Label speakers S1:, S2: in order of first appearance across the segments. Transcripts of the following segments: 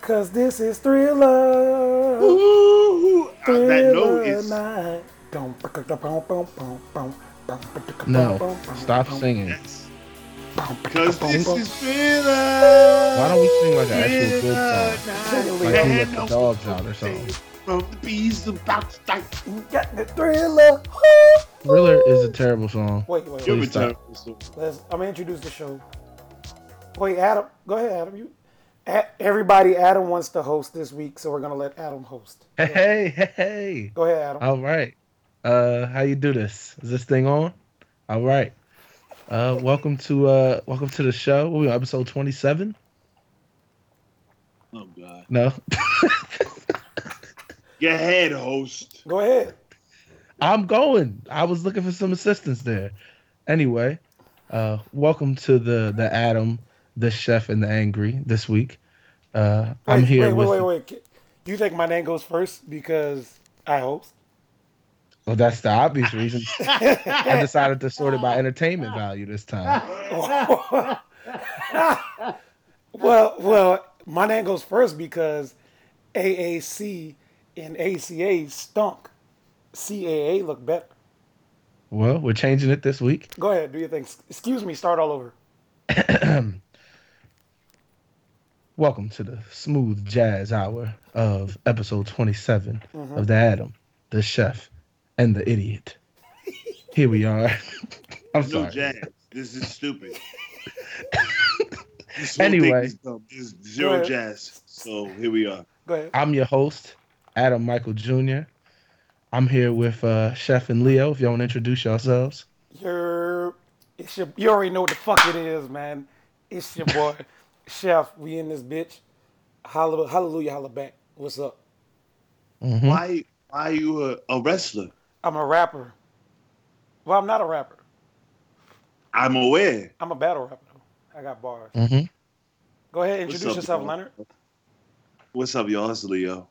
S1: Cause this is thriller.
S2: Ooh,
S1: thriller
S2: that note is.
S1: night. Dum, ba, da, bum, bum, bum, bum, bum, ba, da, bum, bum,
S3: No,
S1: bum,
S3: stop
S1: bum,
S3: singing.
S2: That's
S1: bum, ba, da,
S2: because
S1: bum,
S2: this
S1: bum.
S2: is thriller.
S3: Why don't we sing like an actual good song?
S1: Sing it,
S3: Like
S1: They
S3: do like the dogs out or something.
S2: From the bees about to die.
S1: You got the thriller.
S3: Thriller is a terrible song.
S1: Wait, wait,
S2: You're
S1: wait.
S3: Please
S2: a
S3: stop.
S2: terrible song.
S1: Let's, I'm gonna introduce the show. Wait, Adam, go ahead, Adam. You, A- everybody, Adam wants to host this week, so we're gonna let Adam host.
S3: Hey, hey, hey.
S1: Go ahead, Adam.
S3: All right. Uh how you do this? Is this thing on? All right. Uh welcome to uh welcome to the show. What we on, episode 27?
S2: Oh god.
S3: No.
S2: Your head host.
S1: Go ahead.
S3: I'm going. I was looking for some assistance there. Anyway, uh welcome to the the Adam, the chef and the angry this week. Uh I'm
S1: Wait,
S3: here
S1: Wait,
S3: with
S1: wait, wait, wait. You think my name goes first because I host?
S3: Well, that's the obvious reason. I decided to sort it by entertainment value this time.
S1: Well, well, my name goes first because AAC and ACA stunk. CAA looked better.
S3: Well, we're changing it this week.
S1: Go ahead, do your thing. Excuse me, start all over.
S3: Welcome to the smooth jazz hour of episode 27
S1: Mm-hmm.
S3: of The Adam, The Chef, and The Idiot. Here we are. I'm
S2: No
S3: sorry.
S2: jazz. This is stupid. This
S3: Anyway.
S2: is dumb. There's zero
S1: Right.
S2: jazz. So here we are.
S1: Go ahead.
S3: I'm your host, Adam Michael Jr. I'm here with uh, Chef and Leo. If y'all want to introduce yourselves,
S1: You're, it's your, you already know what the fuck it is, man. It's your boy, Chef. We in this bitch. Hallelujah, hallelujah, holla back. What's up?
S3: Mm-hmm. Hmm?
S2: Why why are you a, a wrestler?
S1: I'm a rapper. Well, I'm not a rapper.
S2: I'm aware.
S1: I'm a battle rapper. though. I got bars.
S3: Mhm.
S1: Go ahead,
S2: What's
S1: introduce
S2: up,
S1: yourself,
S2: y'all?
S1: Leonard.
S2: What's up, y'all? It's Leo.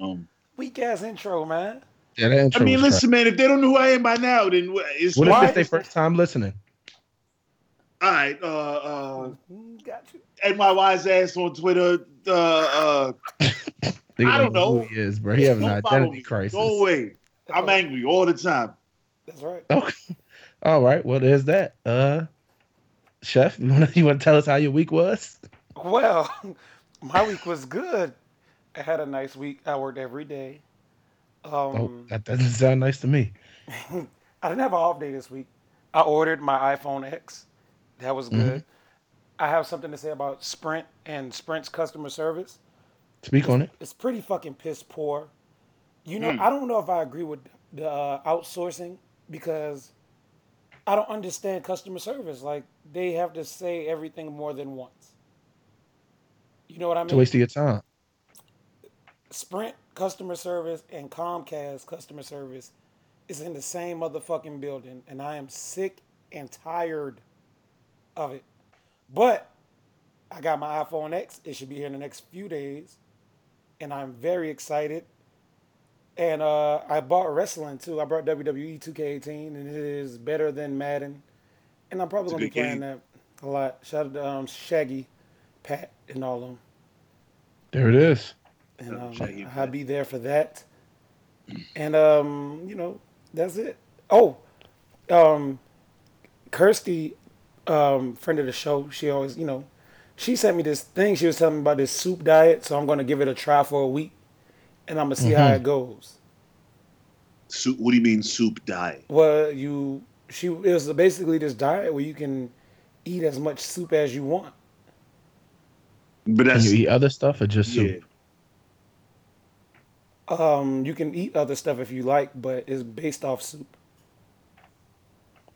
S2: Um,
S1: Weak ass intro, man.
S3: yeah, that intro
S2: I mean,
S3: was trash.
S2: listen, man. If they don't know who I am by now, then wha- it's
S3: What if
S1: Why-
S3: it's their first time listening?
S2: all right. Uh, uh,
S1: Mm, Got you.
S2: and my wise ass on Twitter. Uh, uh,
S3: They
S2: I don't
S3: don't know
S2: know.
S3: who he is, bro. He have an
S2: don't follow
S3: identity
S2: me.
S3: crisis.
S2: Go away. I'm angry all the time.
S1: That's right.
S3: Okay. All right. Well, there's that. Uh, chef, you want to you want to tell us how your week was?
S1: Well, my week was good. I had a nice week. I worked every day.
S3: Oh,
S1: Um,
S3: that doesn't sound nice to me.
S1: I didn't have an off day this week. I ordered my iPhone X. That was good. I have something to say about Sprint and Sprint's customer service.
S3: Speak on it.
S1: It's pretty fucking piss poor. You know, I don't know if I agree with the uh, outsourcing because I don't understand customer service. Like they have to say everything more than once. You know what I
S3: It's a
S1: mean?
S3: waste of your time.
S1: Sprint customer service and Comcast customer service is in the same motherfucking building, and I am sick and tired of it. But I got my iPhone X. It should be here in the next few days, and I'm very excited. And uh, I bought wrestling too. I brought E WWE 2K18, and it is better than Madden. And I'm probably
S2: It's a
S1: gonna be playing
S2: good
S1: that a lot. Shout out to um, Shaggy, Pat, and all of them.
S3: There it is.
S1: And
S2: Oh,
S1: um,
S2: Shaggy
S1: I'll
S2: Pat.
S1: be there for that. And um, you know, that's it. Oh, um, Kirsty, um, friend of the show, she always, you know, she sent me this thing. She was telling me about this soup diet, so I'm gonna give it a try for a week, and I'm gonna see
S3: Mm-hmm.
S1: how it goes.
S2: Soup. What do you mean soup diet?
S1: Well, you, she, it was basically this diet where you can eat as much soup as you want.
S2: But
S3: Can
S2: that's
S3: you eat other stuff or just
S2: yeah.
S3: soup?
S1: Um, you can eat other stuff if you like, but it's based off soup.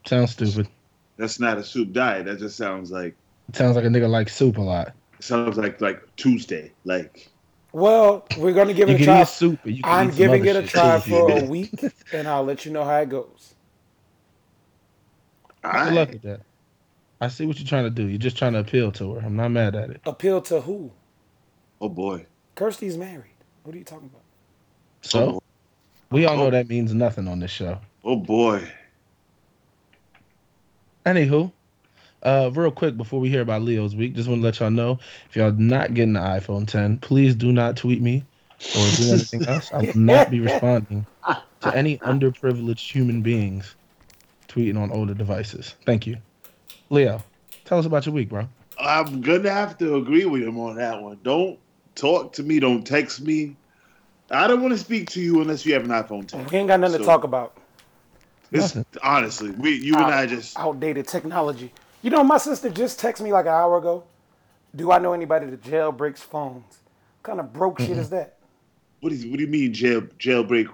S3: Sounds stupid.
S2: That's not a soup diet. That just sounds like
S3: sounds like a nigga likes soup a lot.
S2: sounds like like Tuesday. Like
S1: Well, we're gonna give
S3: You
S1: it a
S3: can
S1: try.
S3: eat soup. Or you can
S1: I'm
S3: eat some
S1: giving it
S3: other
S1: a
S3: shit,
S1: try
S3: too, if you
S1: for a
S3: want.
S1: week, and I'll let you know how it goes.
S3: Good luck
S2: I,
S3: with that. I see what you're trying to do. You're just trying to appeal to her. I'm not mad at it.
S1: Appeal to who?
S2: oh boy.
S1: Kirsty's married. What are you talking about?
S2: Oh,
S1: Oh.
S3: So we all know that means nothing on this show.
S2: Oh boy.
S3: Anywho, Uh, real quick before we hear about Leo's week, just want to let y'all know if y'all not getting the iPhone 10, please do not tweet me or do anything else. I will not be responding to any underprivileged human beings tweeting on older devices. Thank you, Leo. Tell us about your week, bro.
S2: I'm gonna have to agree with him on that one. Don't talk to me. Don't text me. I don't want to speak to you unless you have an iPhone 10.
S1: We ain't got nothing to
S2: So,
S1: talk about.
S2: It's, honestly, we, you and I just
S1: Outdated technology. You know, my sister just texted me like an hour ago. Do I know anybody that jailbreaks phones? What kind of broke
S3: Mm-hmm.
S1: shit is that?
S2: what is what do you mean jail jailbreak?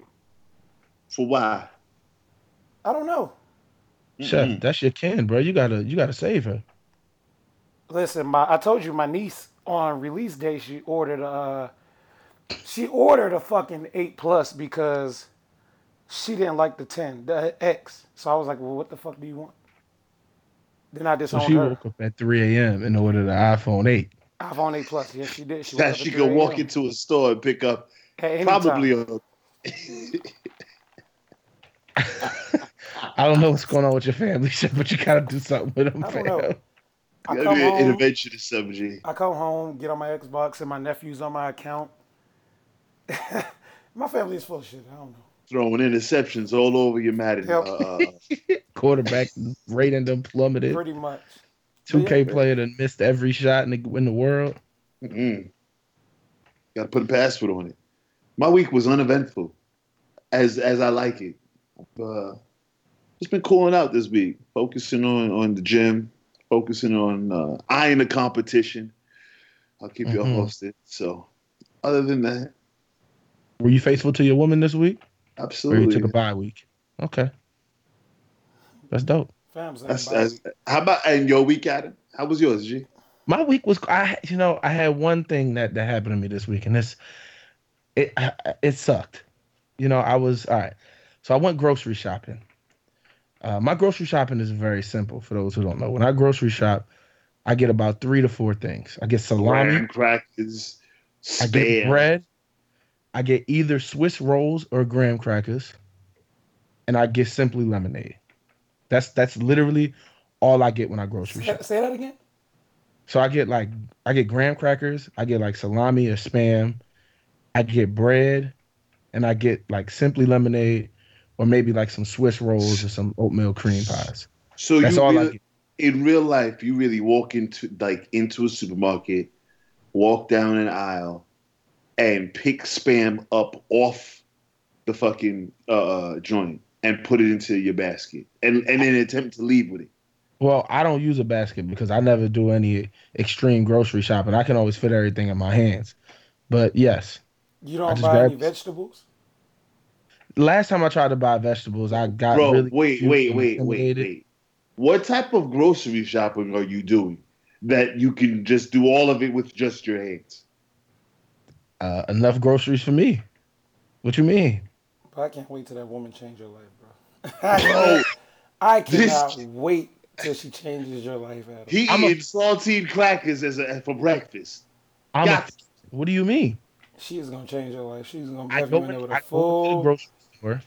S2: For why?
S1: I don't know.
S3: Chef, that's your kin, bro. You gotta you gotta save her.
S1: Listen, my I told you my niece on release day she ordered uh she ordered a fucking eight plus because she didn't like the ten, the X. So I was like, Well what the fuck do you want? Then I
S3: So
S1: disowned
S3: she
S1: her.
S3: woke up at 3 a.m. and ordered an iPhone 8.
S1: iPhone eight plus. Yes, she did. She
S2: That
S1: was up
S2: she
S1: at
S2: could
S1: 3
S2: walk
S1: a.m.
S2: into a store and pick up
S1: At any
S2: probably
S1: time.
S2: a
S3: I don't know what's going on with your family, Chef, but you gotta do something with them,
S1: I
S3: fam.
S1: don't know. I
S2: that'd
S1: come
S2: be an
S1: home-
S2: intervention to some G.
S1: I come home, get on my Xbox, and my nephew's on my account. my family is full of shit. I don't know.
S2: Throwing interceptions all over your Madden.
S1: Yep.
S2: Uh,
S3: Quarterback rating them plummeted.
S1: Pretty much.
S3: 2K player that missed every shot in the, in the world.
S2: mm Got to put a password on it. My week was uneventful, as as I like it. Uh, just been cooling out this week, focusing on on the gym, focusing on uh, eyeing the competition. I'll keep y'all
S3: Mhm.
S2: posted. So, other than that,
S3: Were you faithful to your woman this week? Or you
S2: absolutely.
S3: took a bye week? Okay. That's dope.
S1: Fam's
S2: That's,
S1: everybody.
S2: that's- how about and your week, Adam? How was yours, G?
S3: my week was I you know I had one thing that that happened to me this week and this it I- I- it sucked. You know, I was all right. So I went grocery shopping. Uh, my grocery shopping is very simple for those who don't know. When I grocery shop, I get about three to four things. I get salami,
S2: Graham crackers,
S3: I get
S2: spam.
S3: bread, I get either Swiss rolls or graham crackers, and I get simply lemonade. That's that's literally all I get when I grocery
S1: Say,
S3: shop.
S1: say that again.
S3: So I get like I get graham crackers, I get like salami or spam, I get bread, and I get like simply lemonade, or maybe like some Swiss rolls or some oatmeal cream pies.
S2: So
S3: That's
S2: you
S3: all
S2: really-
S3: I get.
S2: in real life, you really walk into like into a supermarket, walk down an aisle, and pick spam up off the fucking uh, joint and put it into your basket, and and then attempt to leave with it.
S3: Well, I don't use a basket because I never do any extreme grocery shopping. I can always fit everything in my hands. But yes,
S1: You
S3: I
S1: don't
S3: just
S1: buy
S3: grabbed-
S1: any vegetables?
S3: last time I tried to buy vegetables, I got
S2: Bro,
S3: really
S2: wait,
S3: confused
S2: wait,
S3: and
S2: wait, wait,
S3: intimidated.
S2: wait. What type of grocery shopping are you doing that you can just do all of it with just your hands?
S3: Uh, enough groceries for me. What you mean?
S1: But I can't wait till that woman change your life, bro.
S2: Bro,
S1: I
S2: this-
S1: cannot wait till she changes your life, Adam.
S2: he
S3: I'm a-
S2: eats saltine crackers as a, for breakfast.
S3: I'm
S2: Got-
S3: a, what do you mean?
S1: she is gonna change your life. She's gonna
S3: I
S1: have
S3: go,
S1: you
S3: in,
S1: in there with
S3: I
S1: a
S3: go into the
S1: full.
S3: grocery store.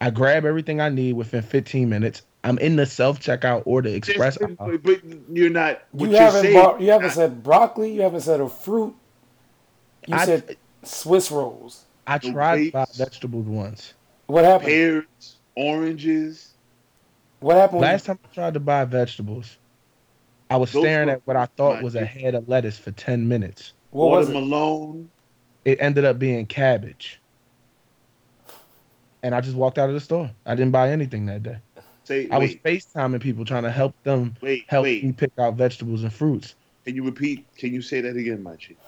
S3: I grab everything I need within 15 minutes. I'm in the self checkout or the express.
S2: Just-
S3: aisle.
S2: but, but you're not. What
S1: You
S2: you are
S1: haven't
S2: saying,
S1: bought, you haven't said broccoli. You haven't said a fruit. You
S3: I-
S1: said Swiss rolls.
S3: I tried to buy
S2: grapes.
S3: vegetables once.
S1: What happened?
S2: pears, oranges.
S1: what happened? when you-
S3: Last time I tried to buy vegetables, I was
S2: Those
S3: staring
S2: were-
S3: at what I thought
S2: my
S3: was a
S2: goodness.
S3: head of lettuce for 10 minutes.
S1: what was it?
S2: watermelon.
S3: It ended up being cabbage. And I just walked out of the store. I didn't buy anything that day.
S2: Say,
S3: I was
S2: wait,
S3: FaceTiming people trying to help them
S2: wait,
S3: help
S2: wait.
S3: me pick out vegetables and fruits.
S2: Can you repeat? Can you say that again, my chief?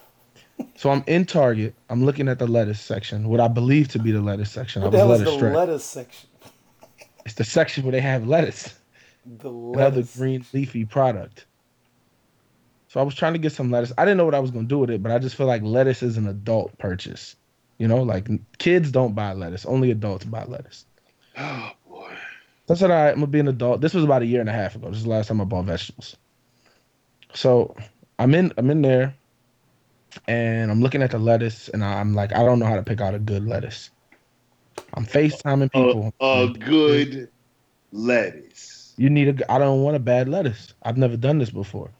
S3: So I'm in Target. I'm looking at the lettuce section, what I believe to be the lettuce section.
S1: What
S3: I
S1: the
S3: was
S1: hell is the
S3: lettuce straight.
S1: lettuce section?
S3: it's the section where they have lettuce,
S1: The
S3: another
S1: lettuce.
S3: green leafy product. So I was trying to get some lettuce. I didn't know what I was going to do with it, but I just feel like lettuce is an adult purchase. You know, like kids don't buy lettuce, only adults buy lettuce.
S2: Oh boy.
S3: So I said, all right, I'm gonna be an adult. This was about a year and a half ago. This is the last time I bought vegetables. So I'm in I'm in there and I'm looking at the lettuce and I'm like, I don't know how to pick out a good lettuce. I'm FaceTiming
S2: A,
S3: people.
S2: a good lettuce.
S3: You need a. I don't want a bad lettuce. I've never done this before.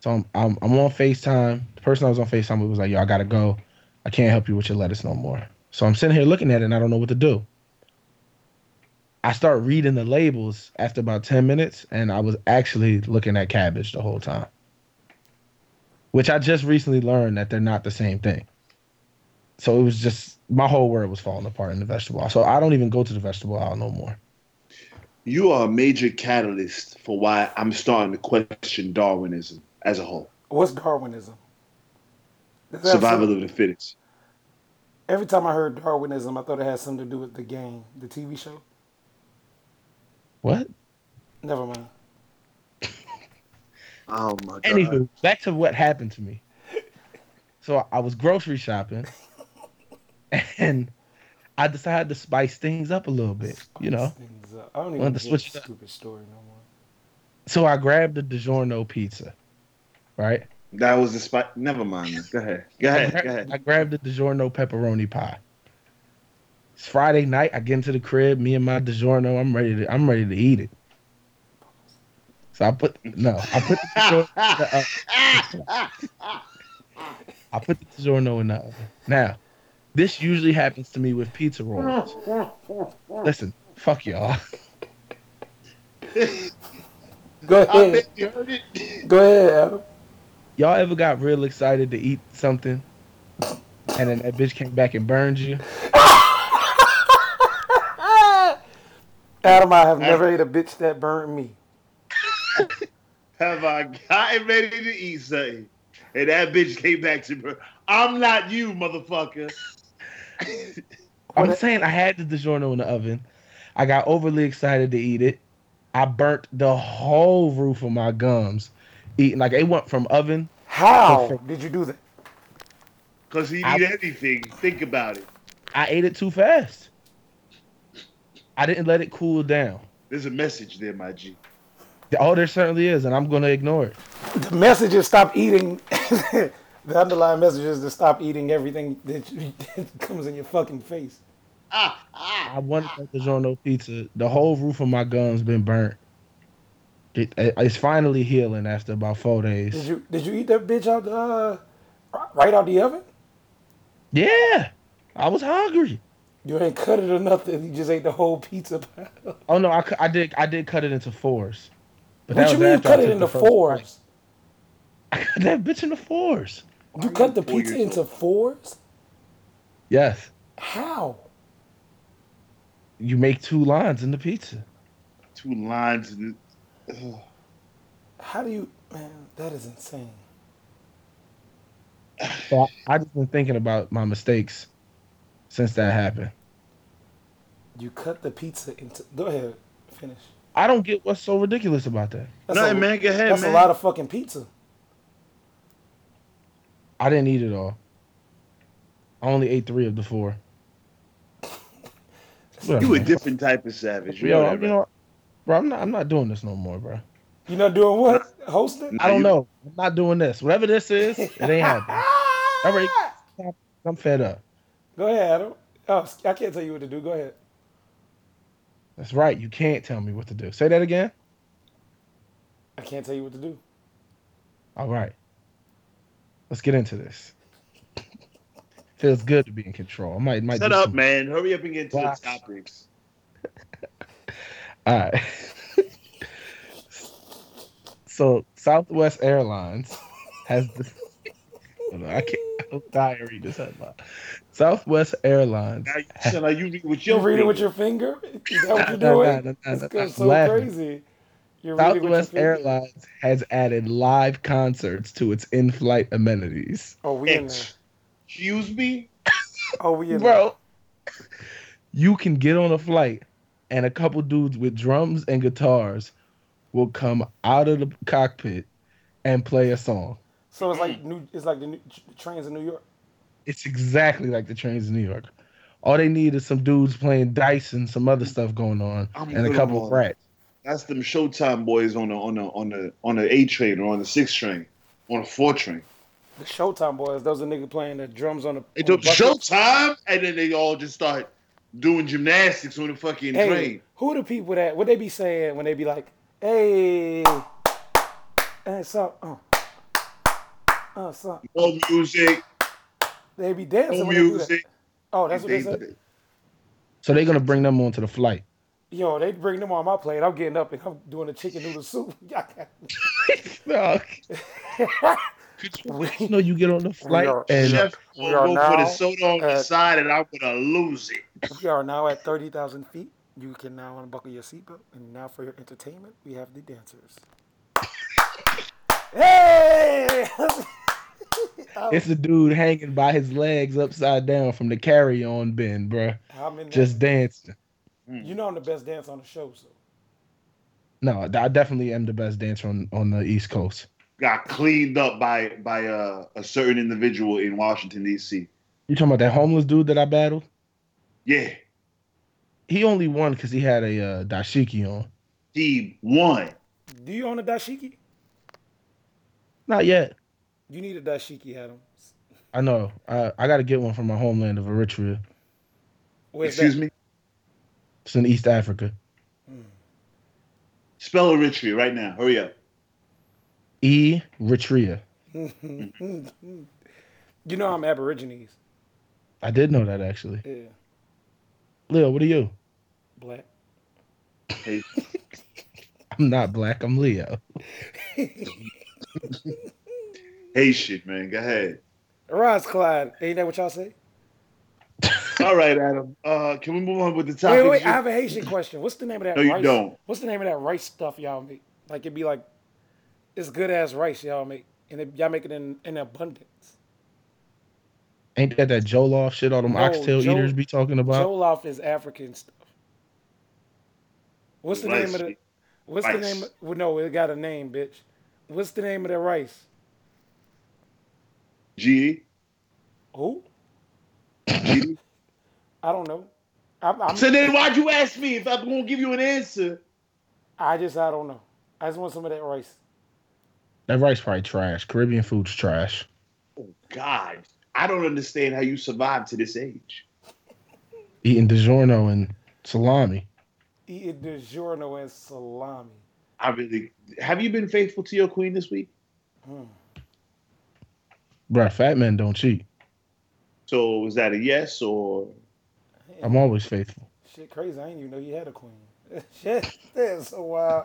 S3: So I'm I'm, I'm on Facetime. The person I was on Facetime with was like, "Yo, I gotta go. I can't help you with your lettuce no more." So I'm sitting here looking at it and I don't know what to do. I start reading the labels after about 10 minutes, and I was actually looking at cabbage the whole time. Which I just recently learned that they're not the same thing. So it was just my whole world was falling apart in the vegetable aisle. So I don't even go to the vegetable aisle no more.
S2: You are a major catalyst for why I'm starting to question Darwinism as a whole.
S1: What's Darwinism? Does that have
S2: Survival
S1: some-
S2: of the fittest.
S1: Every time I heard Darwinism, I thought it had something to do with the game, the TV show.
S3: What?
S1: Never mind.
S2: Oh my god.
S3: Anywho, back to what happened to me. So I was grocery shopping, and I decided to spice things up a little bit, you know.
S1: Things up. I don't even
S3: Wanted to
S1: get
S3: switch it
S1: this
S3: up.
S1: stupid story no more.
S3: So I grabbed the DiGiorno pizza, right?
S2: That was the spot. Never mind. Go ahead. Go
S3: I
S2: ahead.
S3: grabbed-
S2: Go ahead.
S3: I grabbed the DiGiorno pepperoni pie. It's Friday night. I get into the crib. Me and my DiGiorno. I'm ready to. I'm ready to eat it. So I put no. I put the DiGiorno, the, uh, I put the DiGiorno in the oven. Now, this usually happens to me with pizza rolls. Listen, fuck y'all.
S1: Go
S2: I bet
S1: ahead.
S2: you heard it.
S1: Go ahead, Adam.
S3: Y'all ever got real excited to eat something, and then that bitch came back and burned you?
S1: Adam, I have never ate a bitch that burned me.
S2: Have I gotten ready to eat something? And that bitch came back to me. I'm not you, motherfucker.
S3: I'm
S1: What-
S3: saying I had the DiGiorno in the oven. I got overly excited to eat it. I burnt the whole roof of my gums eating. Like it went from oven.
S1: How did you do that?
S2: Cause he
S3: I-
S2: need anything. Think about it.
S3: I ate it too fast. I didn't let it cool down.
S2: There's a message there, my G.
S3: Oh, there certainly is, and I'm gonna ignore it.
S1: The message is stop eating. the underlying message is to stop eating everything that, you, that comes in your fucking face.
S2: Ah, ah.
S3: I wanted that DiGiorno pizza. The whole roof of my gums been burnt. It- it's finally healing after about four
S1: Did
S3: days.
S1: you did you eat that bitch out the uh, r- right out the oven?
S3: Yeah, I was hungry.
S1: You ain't cut it or nothing. You just ate the whole pizza pie.
S3: Oh no, I, cu- I did I did cut it into fours. But
S1: What
S3: that
S1: you
S3: was
S1: mean you
S3: after I
S1: cut it
S3: took
S1: into
S3: the first bite.
S1: fours?
S3: I cut that bitch into fours.
S1: You cut the
S2: four
S1: pizza
S2: years
S1: into fours?
S3: Yes,
S1: How?
S3: you make two lines in the pizza.
S2: Two lines. in it.
S1: How do you? Man, that is insane.
S3: So I, I just been thinking about my mistakes since that happened.
S1: You cut the pizza into. Go ahead, finish.
S3: I don't get what's so ridiculous about that.
S1: That's
S2: Nothing,
S1: a,
S2: man. Go ahead,
S1: That's
S2: man.
S1: a lot of fucking pizza.
S3: I didn't eat it all. I only ate three of the four. Whatever,
S2: you a
S3: man.
S2: different type of savage. You
S3: Yo,
S2: know that,
S3: I'm- you
S2: right?
S3: know, bro, I'm not. I'm not doing this no more, bro.
S1: You not doing what? Hosting?
S2: Nah,
S3: I don't
S2: you-
S3: know. I'm not doing this. Whatever this is, it ain't happening. All right. I'm fed up.
S1: Go ahead, Adam. Oh, I can't tell you what to do. Go ahead.
S3: That's right. You can't tell me what to do. Say that again.
S1: I can't tell you what to do.
S3: All right. Let's get into this. Feels good to be in control. I might might
S2: Shut
S3: do
S2: up,
S3: some-
S2: man. Hurry up and get to the
S3: Relax.
S2: topics.
S3: All right. so Southwest Airlines has this. Hold on, I can't. I'm dying to read this headline. Southwest Airlines.
S2: Now you, sound like you read with
S1: You
S2: your
S1: reading with
S2: finger.
S1: your finger? Is that what you're
S3: Nah, nah,
S1: doing?
S3: nah,
S1: It's
S3: nah, nah,
S1: going
S3: nah,
S1: so
S3: laughing.
S1: crazy. You're reading with your
S3: Southwest
S1: finger.
S3: Airlines has added live concerts to its in-flight amenities.
S1: Oh, we in there.
S2: Excuse me.
S1: Oh, we in there.
S3: Bro, you can get on a flight and a couple dudes with drums and guitars will come out of the cockpit and play a song.
S1: So it's
S2: Mm.
S1: like new. It's like the new, trains in New York.
S3: It's exactly like the trains in New York. All they need is some dudes playing dice and some other stuff going on
S2: I'm
S3: and a
S2: good
S3: couple
S2: on.
S3: of rats.
S2: That's them Showtime boys on the on the on the on the A train or on the six train, on the four train.
S1: The Showtime boys. Those a nigga playing the drums on the.
S2: They
S1: on the
S2: do
S1: bucket.
S2: Showtime, and then they all just start doing gymnastics on the fucking
S1: Hey,
S2: train.
S1: who the people that what they be saying when they be like, "Hey, and so, uh, uh, so
S2: No music,
S1: they be dancing."
S2: no
S1: when they do that.
S2: music.
S1: Oh, that's what they say.
S3: So they're gonna bring them onto the flight.
S1: Yo, they bring them on my plate. I'm getting up and I'm doing a chicken noodle soup.
S3: no,
S1: we,
S3: you know, you get on the flight
S1: are-
S3: and
S2: Chef
S1: We
S2: will
S1: are
S2: go
S1: now
S2: for the soda on the
S1: at-
S2: side, and I'm gonna lose it.
S1: we are now at thirty thousand feet. You can now unbuckle your seatbelt, and now for your entertainment, we have the dancers. hey! I'm,
S3: it's a dude hanging by his legs upside down from the carry-on bin, bruh.
S1: I'm in.
S3: Just dancing.
S1: there.
S2: Hmm.
S1: you know I'm the best dancer on the show, so.
S3: No, I definitely am the best dancer on, on the East Coast.
S2: Got cleaned up by by uh, a certain individual in Washington D.C.
S3: You talking about that homeless dude that I battled?
S2: Yeah,
S3: He only won because he had a uh, dashiki on.
S2: he won.
S1: Do you own a dashiki?
S3: Not yet.
S1: You need a dashiki, Adam.
S3: I know. I, I got to get one from my homeland of Eritrea.
S1: Where's
S2: Excuse
S1: that?
S2: me.
S3: It's in East Africa.
S2: Spell Eritrea right now. Hurry up.
S3: Eritrea.
S1: You know I'm Aborigines.
S3: I did know that actually.
S1: Yeah,
S3: Lil, what are you?
S1: black.
S2: Hey,
S3: I'm not black. I'm Leo.
S2: hey, shit, man. Go ahead.
S1: Roz Clyde, ain't that what y'all say?
S2: All right, Adam. Uh, can we move on with the topic?
S1: Wait, wait, I have a Haitian question. What's the name of that
S2: No, you
S1: rice?
S2: don't.
S1: What's the name of that rice stuff y'all make? Like it'd be like it's good ass rice y'all make. And it, y'all make it in, in abundance.
S3: Ain't that that Joloff shit all them
S1: No,
S3: oxtail
S1: Jol-
S3: eaters be talking about?
S1: Jollof is African stuff. What's the
S2: Rice.
S1: name of the What's the
S2: Rice.
S1: name of, well, no, it got a name, bitch. What's the name of that rice?
S2: G. E?
S1: Who?
S2: G. E?
S1: I don't know. I'm, I'm,
S2: So then, why'd you ask me if I'm gonna give you an answer?
S1: I just I don't know. I just want some of that rice.
S3: that rice probably trash. Caribbean food's trash.
S2: Oh God, I don't understand how you survived to this age.
S3: Eating DiGiorno and salami.
S1: Eating DiGiorno and salami.
S2: I really have you been faithful to your queen this week?
S1: Hmm.
S3: Bruh, fat men don't cheat.
S2: So was that a yes or
S3: I'm always faithful.
S1: Shit, crazy. I didn't even know you had a queen. Shit, that's so wild.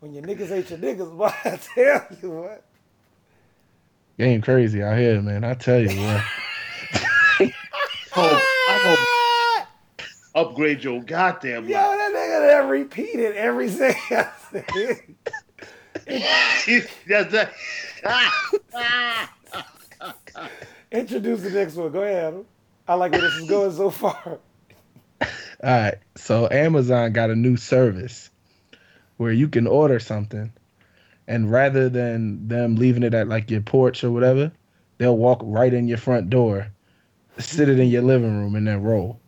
S1: When your niggas ain't your niggas, boy, I tell you what.
S3: Game crazy out here, man. I tell you, bruh.
S2: oh, I gonna upgrade your goddamn
S1: Yo,
S2: life?
S1: that nigga that repeated every single
S2: That's a- Ah, ah.
S1: Introduce the next one. Go ahead, Adam. I like where this is going so far.
S3: All right. So Amazon got a new service where you can order something and rather than them leaving it at like your porch or whatever, they'll walk right in your front door, sit it in your living room and then roll.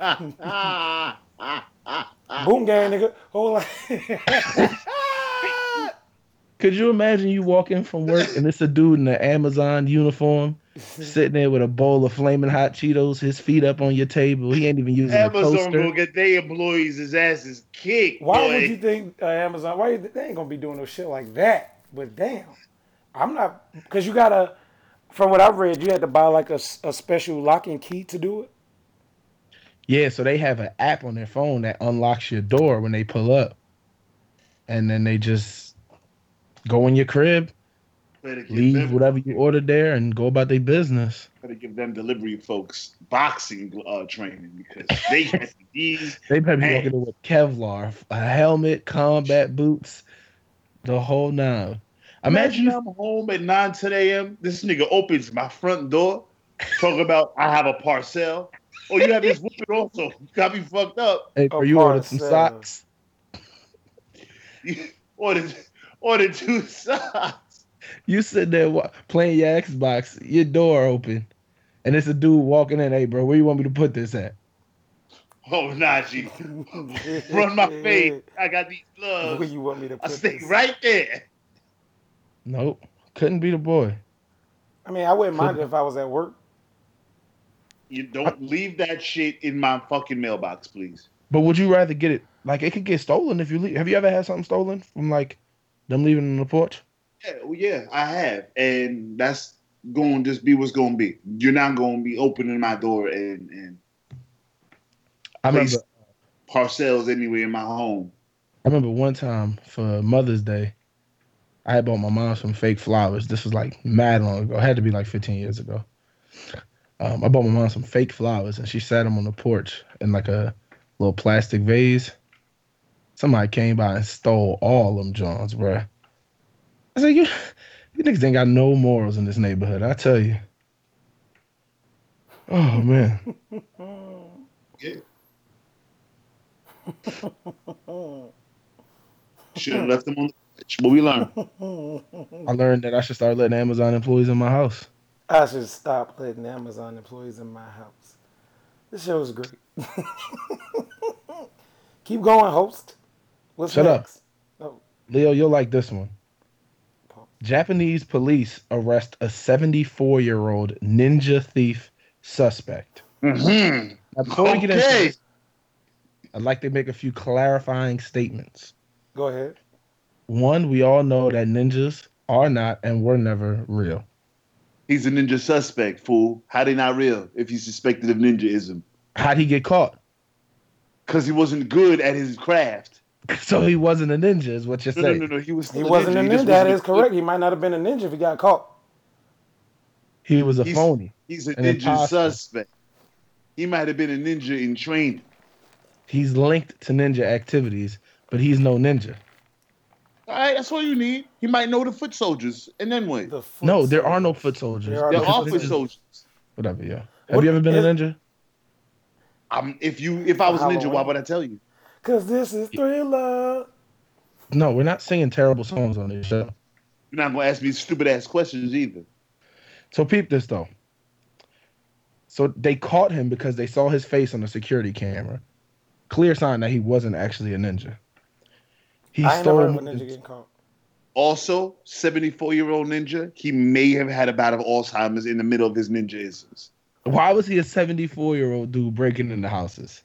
S2: Ah, ah, ah, ah.
S1: Boom gang, nigga. Hold on.
S3: Could you imagine you walk in from work and it's a dude in an Amazon uniform sitting there with a bowl of flaming hot Cheetos, his feet up on your table. He ain't even using a
S2: Amazon
S3: toaster.
S2: gonna get their employees' his asses kicked.
S1: Why
S2: boy.
S1: would you think uh, Amazon? Why you, th- they ain't gonna be doing no shit like that? But damn, I'm not because you gotta. From what I've read, you had to buy like a, s- a special lock and key to do it.
S3: Yeah, so they have an app on their phone that unlocks your door when they pull up. And then they just go in your crib,
S2: Better give
S3: leave
S2: them-
S3: whatever you ordered there, and go about their business.
S2: Gotta give them delivery folks boxing uh, training because they have these.
S3: They better be
S2: Hey.
S3: walking in with Kevlar, a helmet, combat boots, the whole nine. Imagine
S2: Imagine I'm home at 9 10 a.m. This nigga opens my front door, talking about I have a parcel. Oh, you have this whooping also. You got me fucked up.
S3: hey,
S1: a
S3: bro, you ordered some
S1: parcel.
S3: socks.
S2: Ordered, ordered two socks.
S3: You sitting there wa- playing your Xbox, your door open, and it's a dude walking in. Hey, bro, where you want me to put this at?
S2: Oh, Najee. Run my face. I got these
S1: Where
S2: gloves.
S1: you want me to
S2: I
S1: put
S2: stay
S1: this?
S2: right there.
S3: Nope, couldn't be the boy.
S1: I mean, I wouldn't mind it if I was at work.
S2: You don't leave that shit in my fucking mailbox, please.
S3: But would you rather get it? Like it could get stolen if you leave. Have you ever had something stolen from like them leaving on the porch?
S2: Yeah, well, yeah, I have, and that's going to just be what's going to be. You're not going to be opening my door and and
S3: I remember.
S2: Place- parcels anywhere in my home.
S3: I remember one time for Mother's Day, I had bought my mom some fake flowers. This was like mad long ago. It had to be like 15 years ago. Um, I bought my mom some fake flowers, and she sat them on the porch in like a little plastic vase. Somebody came by and stole all them Johns, bruh. I said, "You, you niggas ain't got no morals in this neighborhood. I tell you." Oh man.
S2: Yeah. Should have left them on the porch. But we learned.
S1: Mm-hmm.
S3: I learned that I should start letting Amazon employees in my house.
S1: I should stop letting Amazon employees in my house. This show is great. Keep going, host. What's
S3: Shut up.
S1: next? up.
S3: Leo, you'll like this one. Japanese police arrest a 74 year old ninja thief suspect.
S2: Mhm.
S3: Now, before we get into
S2: Okay.
S3: this, I'd like to make a few clarifying statements.
S1: Oh, go ahead.
S3: One, we all know that ninjas are not and were never real.
S2: He's a ninja suspect, fool. How they not real if he's suspected of ninjaism?
S3: How'd he get caught?
S2: Because he wasn't good at his craft.
S3: So he wasn't a ninja, is what you're
S2: No, no,
S3: saying.
S2: no, no. He was.
S1: He
S2: Still
S1: wasn't a
S2: He just
S1: ninja. That
S2: wasn't
S1: is
S2: good.
S1: correct. He might not have been a ninja if he got caught.
S3: He was a
S2: He's-
S3: phony.
S2: He's a
S3: An
S2: ninja
S3: imposter.
S2: suspect. He might have been a ninja in training.
S3: He's linked to ninja activities, but he's no ninja.
S2: All right, that's all you need. He might know the foot soldiers, and then what?
S1: The foot
S3: No, there are
S1: soldier.
S3: no foot soldiers.
S1: There are
S2: They're
S1: no
S2: all foot
S1: officers.
S2: soldiers.
S3: Whatever, yeah. Have
S1: What
S3: you ever been a
S1: is-
S3: ninja?
S2: Um, if you, if I was a ninja, why
S1: Halloween.
S2: would I tell you?
S1: Cause this is thriller.
S3: No, we're not singing terrible songs on this show.
S2: You're not gonna ask me stupid ass questions either.
S3: So peep this though. So they caught him because they saw his face on a security camera. Clear sign that he wasn't actually a ninja. He
S1: I ain't never
S3: stole
S1: heard of a
S3: more
S1: ninja
S3: than,
S1: getting caught.
S2: Also, 74 year old ninja, he may have had a bout of Alzheimer's in the middle of his ninjaisms.
S3: Why was he a 74 year old dude breaking into houses?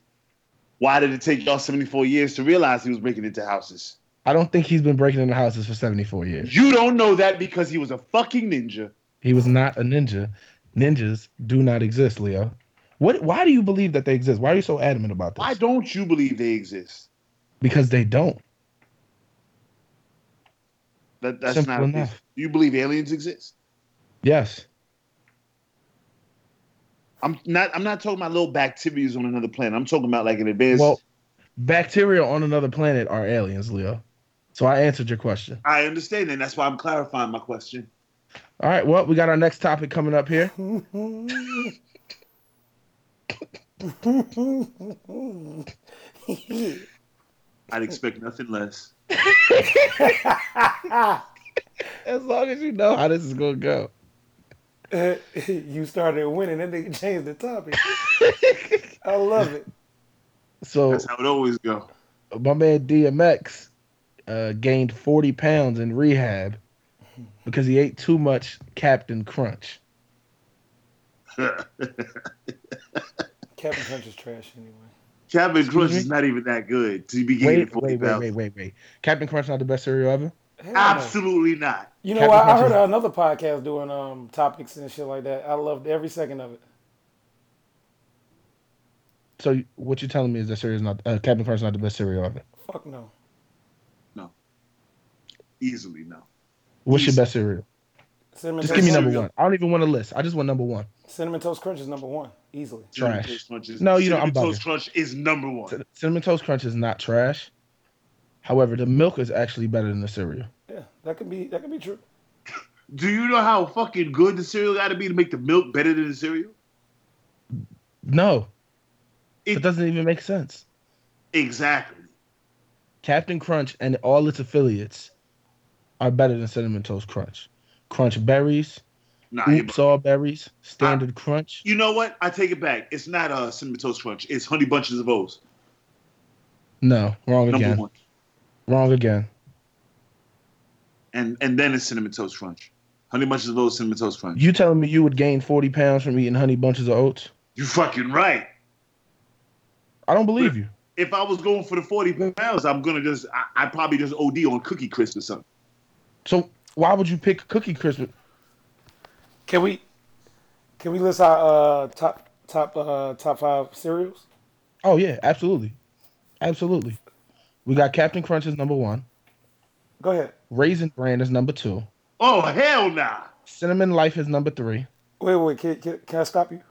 S2: Why did it take y'all 74 years to realize he was breaking into houses?
S3: I don't think he's been breaking into houses for 74 years.
S2: You don't know that because he was a fucking ninja.
S3: He was not a ninja. Ninjas do not exist, Leo. What? Why do you believe that they exist? Why are you so adamant about this?
S2: Why don't you believe they exist?
S3: Because they don't.
S2: That, that's
S3: Simple
S2: not
S3: enough.
S2: Do you believe aliens exist?
S3: Yes.
S2: I'm not I'm not talking about little bacteria on another planet. I'm talking about like an advanced
S3: Well, bacteria on another planet are aliens, Leo. So I answered your question.
S2: I understand, and that's why I'm clarifying my question.
S3: All right. Well, we got our next topic coming up here.
S2: I'd expect nothing less.
S3: As long as you know how this is gonna go.
S1: you started winning, and they changed the topic. I love it.
S3: So
S2: That's how it always go.
S3: my man DMX uh, gained 40 pounds in rehab because he ate too much Captain Crunch.
S1: Captain Crunch is trash anyway.
S2: Captain Crunch
S3: me?
S2: is not even that good to be getting
S3: Wait,
S2: 40
S3: wait, wait,
S2: pounds.
S3: wait, wait, wait. Captain Crunch not the best cereal ever.
S1: Hell no.
S2: Absolutely not.
S1: You know
S3: Captain
S1: what? I
S3: Crunch
S1: heard
S3: is-
S1: another podcast doing um topics and shit like that. I loved every second of it.
S3: So you- what you're telling me is that cereal is not uh, Captain Crunch not the best cereal ever.
S1: Fuck no.
S2: Easily no.
S3: What's your
S2: Please.
S3: best cereal?
S1: Cinnamon
S3: Just
S1: Toast
S3: give me number
S1: Crunch-
S2: cereal.
S3: one. I don't even want a list. I just want number one.
S1: Cinnamon Toast Crunch is number one, easily.
S3: Trash.
S2: Cinnamon Toast Crunch is-
S3: No, you don't. I'm
S2: Cinnamon Toast Crunch is number one.
S3: Cin- Cinnamon Toast Crunch is not trash. However, the milk is actually better than the cereal.
S1: Yeah, that could be that could be true.
S2: Do you know how fucking good the cereal got to be to make the milk better than the cereal?
S3: No,
S2: It-
S3: it doesn't even make sense.
S2: Exactly.
S3: Captain Crunch and all its affiliates are better than Cinnamon Toast Crunch. Crunch Berries,
S2: Nah, you-
S3: Oops All Berries, Standard Crunch.
S2: you know what? I take it back. It's not uh, Cinnamon Toast Crunch. It's Honey Bunches of O's.
S3: No, wrong
S2: Number
S3: again.
S2: one.
S3: Wrong again.
S2: And and then it's Cinnamon Toast Crunch. Honey Bunches of O's, Cinnamon Toast Crunch.
S3: You telling me you would gain 40 pounds from eating honey bunches of oats?
S2: You fucking right.
S3: I don't believe you.
S2: If I was going for the 40 pounds, I'm gonna just I, I probably just OD on Cookie Crisp or something.
S3: So why would you pick Cookie Crisp?
S1: Can we can we list our uh, top top uh, top five cereals?
S3: Oh yeah, absolutely, absolutely. We got Captain Crunch is number one.
S1: Go ahead.
S3: Raisin Bran is number two.
S2: Oh hell nah.
S3: Cinnamon Life is number three.
S1: Wait, wait, can, can, can I stop you?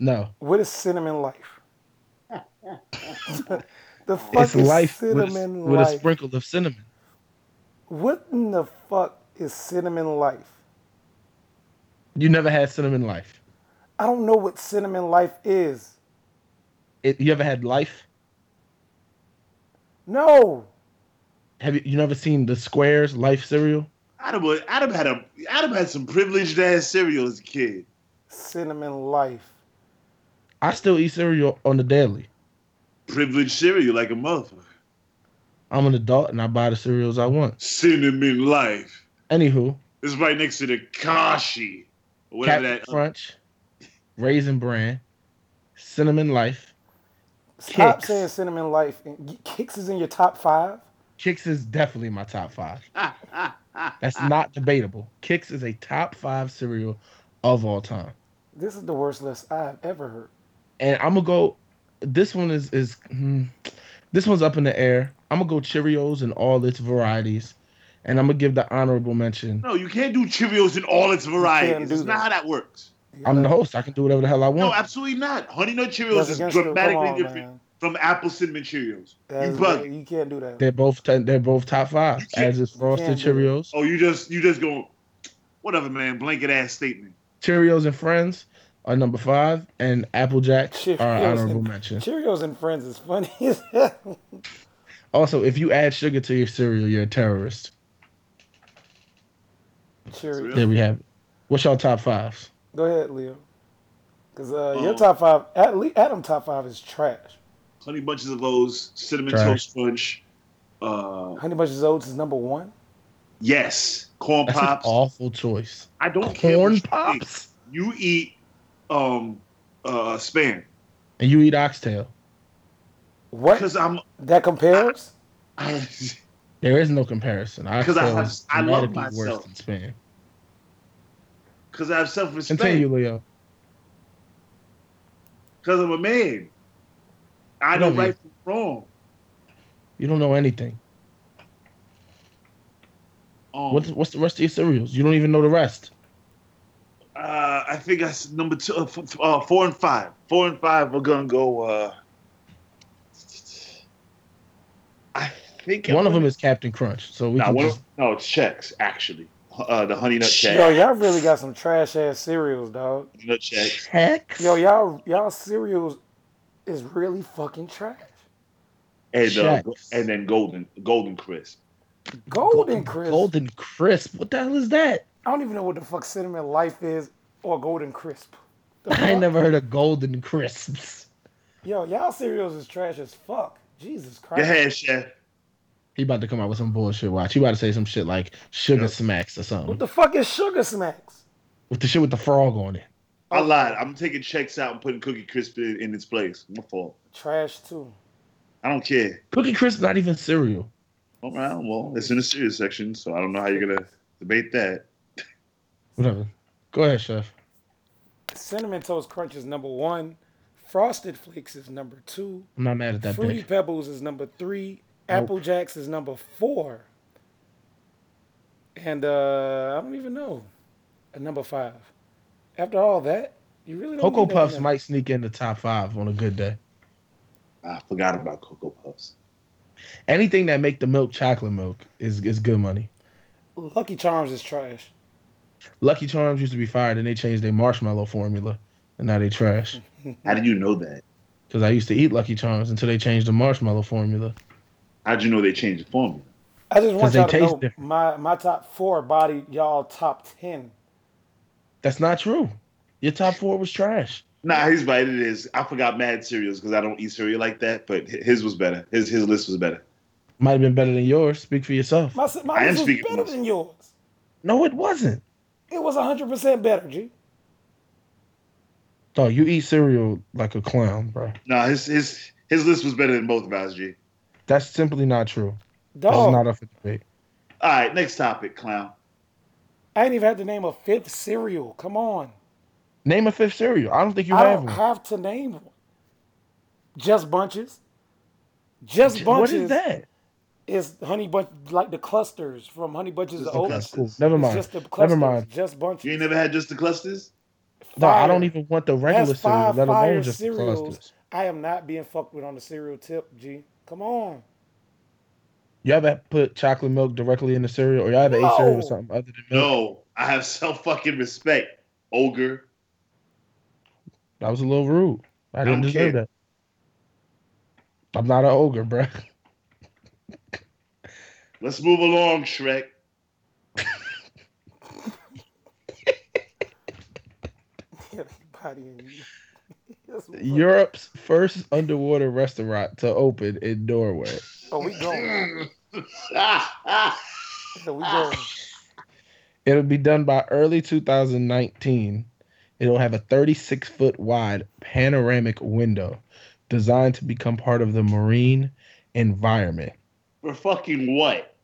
S3: No,
S1: What is cinnamon life? the fuck
S3: it's
S1: is
S3: life with a-
S1: cinnamon
S3: with a
S1: life?
S3: sprinkle of cinnamon.
S1: what in the fuck is cinnamon life?
S3: You never had cinnamon life.
S1: I don't know what cinnamon life is.
S3: It, you ever had life?
S1: No.
S3: Have you, you never seen the squares life cereal?
S2: Adam, was- Adam had a Adam had some privileged ass cereal as a kid.
S1: Cinnamon life.
S3: I still eat cereal on the daily.
S2: Privileged cereal like a motherfucker.
S3: I'm an adult and I buy the cereals I want.
S2: Cinnamon life.
S3: Anywho,
S2: It's right next to the Kashi. Or whatever
S3: Captain
S2: that uh,
S3: Crunch, Raisin Bran, Cinnamon Life.
S1: Stop
S3: Kix.
S1: saying cinnamon life. And- Kicks is in your top five?
S3: Kix is definitely my top five. That's not debatable. Kix is a top five cereal of all time.
S1: This is the worst list I have ever heard.
S3: And I'm gonna go. This one is is hmm, this one's up in the air. I'm gonna go Cheerios and all its varieties, and I'm gonna give the honorable mention.
S2: No, you can't do Cheerios in all its varieties.
S1: do
S2: That's not
S1: that.
S2: how that works.
S3: I'm the host. I can do whatever the hell I
S2: No,
S3: want.
S2: absolutely not. Honey Nut Cheerios
S1: That's
S2: is
S1: against the- come
S2: dramatically
S1: on,
S2: different
S1: man.
S2: from Apple Cinnamon Cheerios.
S1: That
S2: You
S1: is-
S2: bugging.
S1: you can't do that.
S3: They're both ten- they're both top five.
S2: You can't-
S3: As is Frosted
S1: can't do it.
S3: Cheerios,
S2: Oh, you just you just go, whatever, man. Blanket ass statement.
S3: Cheerios and Friends are number five, and Apple Jacks are
S1: Cheerios
S3: honorable
S1: and-
S3: mention.
S1: Cheerios and Friends is funny as hell.
S3: Also, if you add sugar to your cereal, you're a terrorist.
S1: Cheerios.
S3: There we have it. What's your top fives?
S1: Go ahead, Leo. Because uh, your
S2: Oh.
S1: top five, at least Adam top five is trash.
S2: Honey bunches of O's, cinnamon
S3: Trash.
S2: toast crunch. Uh,
S1: Honey Bunches of Oats is number one.
S2: yes, corn
S3: That's
S2: pops.
S3: an awful choice.
S2: I don't care. what
S3: Corn
S2: you think.
S3: pops,
S2: You eat um uh spam
S3: and you eat oxtail.
S1: What?
S2: because I'm
S1: That compares?
S2: because
S3: There is no comparison. Oxtail
S2: I have-
S3: is
S2: I love
S3: dramatically
S2: myself.
S3: Worse than spam.
S2: I have self respect
S3: Continue, Leo.
S2: because I'm a man. I
S3: You
S2: know
S3: don't mean-
S2: right from wrong.
S3: You don't know anything.
S2: Um,
S3: What's what's the rest of your cereals? You don't even know the rest.
S2: Uh, I think that's number two, uh, f- f- uh, four and five. Four and five. We're gonna go. Uh, I think
S3: One of them is Captain Crunch. So we
S2: Nah,
S3: can
S2: one of-
S3: just, oh,
S2: no, it's checks actually. Uh, the honey nut check.
S1: Yo, y'all really got some trash ass cereals, dog.
S2: Honey nut check.
S3: checks.
S1: Yo, y'all y'all cereals is really fucking trash.
S2: And uh,
S3: Chex.
S2: and then golden golden crisp.
S1: Golden Crisp.
S3: Golden Crisp. What the hell is that?
S1: I don't even know what the fuck cinnamon life is or golden crisp. The
S3: I ain't
S1: fuck?
S3: never heard of Golden Crisps.
S1: Yo, y'all cereals is trash as fuck. Jesus
S2: Go
S1: Christ.
S2: ahead, chef.
S3: He about to come out with some bullshit. Watch. He about to say some shit like Sugar
S2: Yeah.
S3: Smacks or something.
S1: What the fuck is sugar smacks?
S3: with the shit with the frog on it.
S2: I lied. I'm taking checks out and putting cookie crisp in, in its place. My fault.
S1: Trash too.
S2: I don't care.
S3: Cookie Crisp not even cereal.
S2: All right. Well, it's in the serious section, so I don't know how you're gonna debate that.
S3: Whatever. Go ahead, chef.
S1: Cinnamon Toast Crunch is number one. Frosted Flakes is number two.
S3: I'm not mad at that Oh.
S1: Fruity
S3: pick.
S1: Pebbles is number three.
S3: Nope.
S1: Apple Jacks is number four. And uh, I don't even know. At number five. After all that, you really don't
S3: Cocoa
S1: need
S3: Puffs
S1: anything.
S3: might sneak in the top five on a good day.
S2: I forgot about cocoa puffs.
S3: Anything that make the milk chocolate milk is is good money.
S1: Lucky Charms is trash.
S3: Lucky Charms used to be fired, and they changed their marshmallow formula, and now they
S1: Hmm.
S3: trash.
S2: How did you know that?
S3: Because I used to eat Lucky Charms until they changed the marshmallow formula.
S2: How'd you know they changed the formula?
S1: I just want
S3: they
S1: y'all to
S3: taste
S1: know
S3: different.
S1: my, my top four body y'all top ten.
S3: That's not true. Your top four was trash.
S2: Nah, he's right. It is. I forgot mad cereals because I don't eat cereal like that. But hi- his was better. His his list was better.
S3: Might have been better than yours. Speak for yourself.
S1: My, c- my
S2: I am
S1: list was
S2: speaking for
S1: better
S2: myself.
S1: than yours.
S3: No, it wasn't.
S1: It was hundred percent better, G.
S3: Dog, you eat cereal like a clown, bro.
S2: Nah, his his his list was better than both of ours, G.
S3: That's simply not true. That's
S1: Dog,
S3: not up for debate.
S2: All right, next topic, clown.
S1: I ain't even had to name a fifth cereal. Come on.
S3: Name a fifth cereal. I don't think you
S1: I
S3: have
S1: don't
S3: one.
S1: have to name one. Just bunches. Just
S3: what
S1: bunches
S3: is that?
S1: is honey bunch like the clusters from honey bunches
S2: Just
S1: of
S2: the
S1: oats.
S2: clusters.
S3: Cool. Never
S1: Oh, It's
S3: mind.
S1: just the
S3: Never
S1: clusters.
S3: mind.
S1: Just bunches.
S2: You ain't never had just the clusters?
S3: No, I don't
S1: Fire.
S3: even want the regular
S1: That's
S3: cereal,
S1: five
S3: let
S1: fire
S3: alone just the
S1: cereals.
S3: clusters.
S1: I am not being fucked with on the cereal tip, G. Come on.
S3: You ever put chocolate milk directly in the cereal, or you ever ate cereal
S1: No.
S3: with something other than
S2: No,
S3: milk?
S2: I have self fucking respect, ogre.
S3: That was a little rude. I didn't
S2: don't
S3: deserve
S2: care.
S3: that. I'm not an ogre, bro.
S2: Let's move along, Shrek.
S1: Everybody in you. That's what-
S3: Europe's first underwater restaurant to open in Norway.
S1: Oh, we going.
S2: Ah, ah.
S1: Yeah, we going.
S3: It'll be done by early 2019. It'll have a 36 foot wide panoramic window designed to become part of the marine environment.
S2: For fucking what?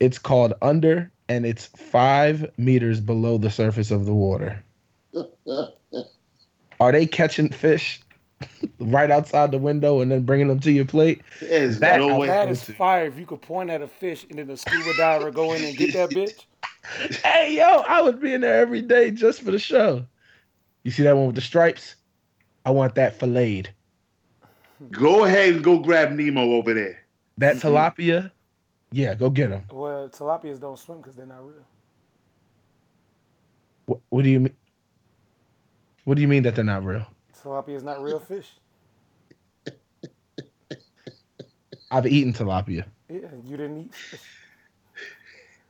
S3: It's called Under, and it's five meters below the surface of the water. Are they catching fish right outside the window and then bringing them to your plate?
S2: There's
S3: That-
S2: no way.
S1: That is
S3: listen.
S1: fire. If you could point at a fish and then the scuba diver go in and get that bitch.
S3: Hey, yo, I would be in there every day just for the show. You see that one with the stripes? I want that filleted.
S2: Go ahead and go grab Nemo over there.
S3: That
S2: Mhm.
S3: tilapia, yeah, go get him.
S1: Well, tilapias don't swim because they're not real.
S3: What, what do you mean? What do you mean that they're not real?
S1: Tilapia is not real fish.
S3: I've eaten tilapia.
S1: Yeah, you didn't eat. Fish.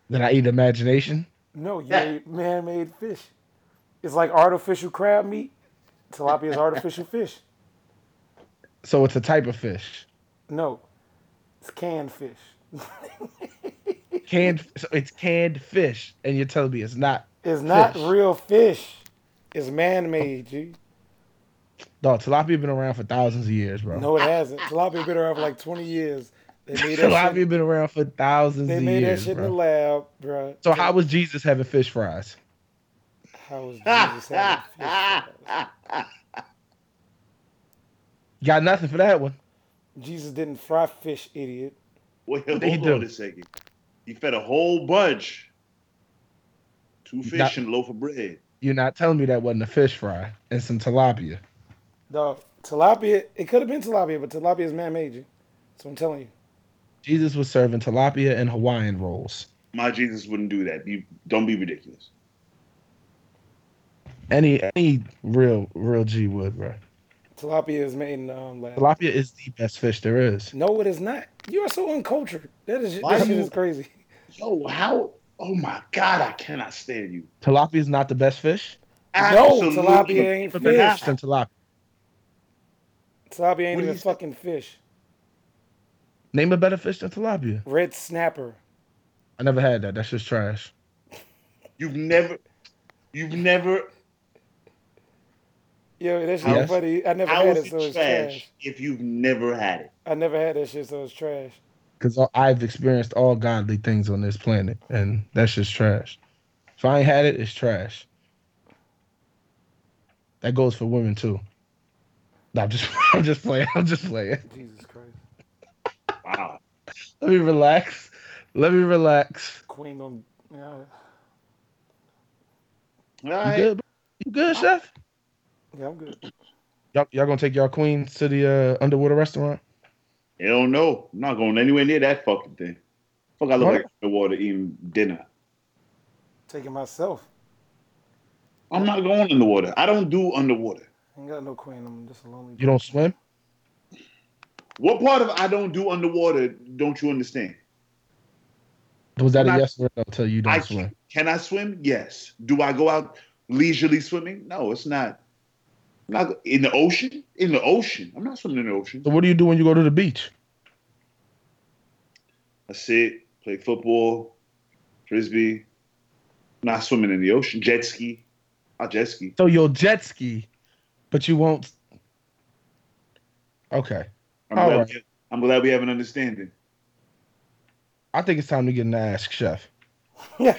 S3: Then I eat imagination.
S1: No, you ate man-made fish. It's like artificial crab meat. Tilapia is artificial fish.
S3: So it's a type of fish.
S1: No, it's canned fish.
S3: Canned. So it's canned fish, and you're telling me it's not.
S1: It's not
S3: Fish.
S1: real fish. It's man-made, G.
S3: Dog, tilapia been around for thousands of years, bro.
S1: No, it hasn't. Tilapia been around for like 20 years. They made that shit,
S3: tilapia been around for thousands
S1: they
S3: of
S1: made
S3: years,
S1: that shit in
S3: bro.
S1: the lab, bruh.
S3: So how was Jesus having fish fries?
S1: How is Jesus having fish fries?
S3: Got nothing for that one.
S1: Jesus didn't fry fish, idiot.
S2: Wait,
S3: did he
S2: hold
S3: do?
S2: on a second. He fed a whole bunch. Two fish
S3: That-
S2: and a loaf of bread.
S3: You're not telling me that wasn't a fish fry and some tilapia.
S1: Dog, tilapia, it could have been tilapia, but tilapia is man-made, G. So I'm telling you.
S3: Jesus was serving tilapia and Hawaiian rolls.
S2: My Jesus wouldn't do that. You don't be ridiculous.
S3: Any any real real G would, bro.
S1: Tilapia is made in the um, lab.
S3: Tilapia is the best fish there is.
S1: No, it is not. You are so uncultured. That is
S2: Why
S1: that
S2: you-
S1: shit is crazy.
S2: Yo, how? Oh my God, I cannot stand you.
S3: Tilapia is not the best fish.
S2: Absolutely.
S1: No, tilapia ain't
S3: But the
S1: fish.
S3: best than tilapia.
S1: Tilapia ain't
S2: What do
S1: even
S2: you-
S1: fucking fish.
S3: Name a better fish than tilapia.
S1: Red snapper.
S3: I never had that. That's just trash.
S2: You've never, you've never.
S1: Yo, that shit
S3: Yes.
S1: funny. I never
S2: How
S1: had
S2: is
S1: it,
S2: it
S1: so
S2: trash,
S1: it's trash.
S2: if you've never had it?
S1: I never had that shit, so it's trash.
S3: Because I've experienced all godly things on this planet, and that's just trash. If I ain't had it, it's trash. That goes for women too. No, I'm just, I'm just playing. I'm just playing.
S1: Jesus Christ.
S2: Wow.
S3: Let me relax. Let me relax.
S1: Queen on. Yeah,
S2: All
S3: You
S2: right.
S3: good? bro? You good, chef?
S1: yeah, I'm good.
S3: Y'all, y'all gonna take y'all queens to the uh, underwater restaurant?
S2: Hell no. I'm not going anywhere near that fucking thing. Fuck, I look
S3: What?
S2: like the water eating dinner.
S1: Taking myself.
S2: I'm not going in the water. I don't do underwater.
S1: I ain't got no queen. I'm just a lonely.
S3: You don't swim?
S2: What part of I don't do underwater don't you understand?
S3: Was that a
S2: Not-
S3: yes or no? Till you don't
S2: I
S3: swim.
S2: can, can I swim? Yes. Do I go out leisurely swimming? No, it's not. Not in the ocean. In the ocean, I'm not swimming in the ocean.
S3: So what do you do when you go to the beach?
S2: I sit, play football, frisbee. Not swimming in the ocean. Ah, Jet ski. I jet ski.
S3: So your jet ski But you won't. Okay.
S2: I'm,
S3: All
S2: glad,
S3: right.
S2: we, I'm glad we have an understanding.
S3: I think it's time to get an ask chef.
S1: Why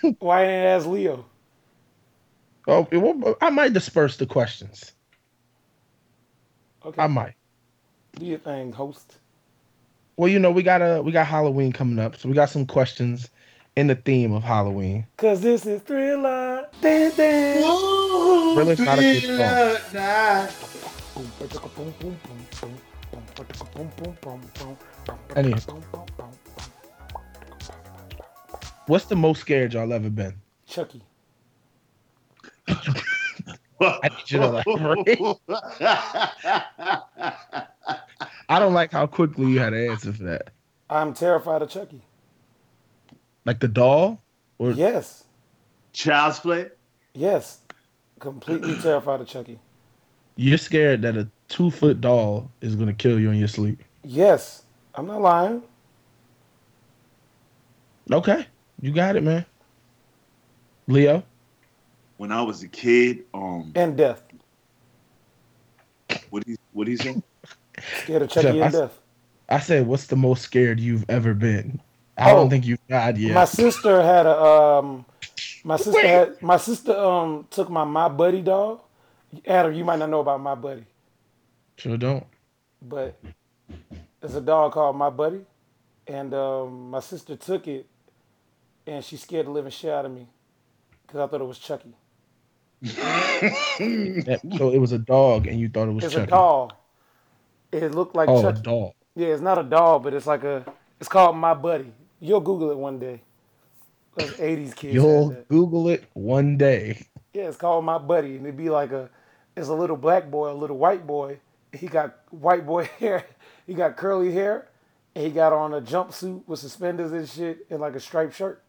S1: didn't it ask Leo?
S3: Oh, it won't- I might disperse the questions.
S1: Okay.
S3: I might.
S1: Do your thing, host.
S3: Well, you know, we got a we got Halloween coming up, so we got some questions in the theme of Halloween.
S1: Cause this is thriller. Dan, dan.
S3: Thriller's not a good song. Anyway. What's the most scared y'all ever been?
S1: Chucky.
S3: I need you to I don't like how quickly you had to answer for that.
S1: I'm terrified of Chucky.
S3: Like the doll? Or
S1: Yes.
S2: Child's play.
S1: Yes. Completely terrified of Chucky.
S3: you're scared that a two foot doll is gonna kill you in your sleep.
S1: Yes. I'm not lying.
S3: Okay. You got it, man. Leo?
S2: When I was a kid, um,
S1: And death.
S2: what he what he say?
S1: Scared of Chucky
S3: Jeff,
S1: and
S3: I-
S1: death.
S3: I said, what's the most scared you've ever been? I don't
S1: Oh.
S3: think you've died yet.
S1: My sister had a um my sister
S3: Wait.
S1: had my sister um took my my buddy doll. Adam, you might not know about my buddy,
S3: Sure don't.
S1: but it's a dog called my buddy, and um my sister took it, and she scared the living shit out of me, cause I thought it was Chucky.
S3: That- so it was a dog, and you thought it was
S1: It's
S3: Chucky.
S1: a doll. It looked like
S3: Oh,
S1: Chucky.
S3: a doll.
S1: Yeah, it's not a doll, but it's like a. It's called My Buddy. You'll Google it one day. Those '80s kids.
S3: You'll
S1: had that.
S3: Google it one day.
S1: Yeah, it's called My Buddy, and it'd be like a. It's a little black boy, a little white boy. He got white boy hair. He got curly hair, and he got on a jumpsuit with suspenders and shit, and like a striped shirt.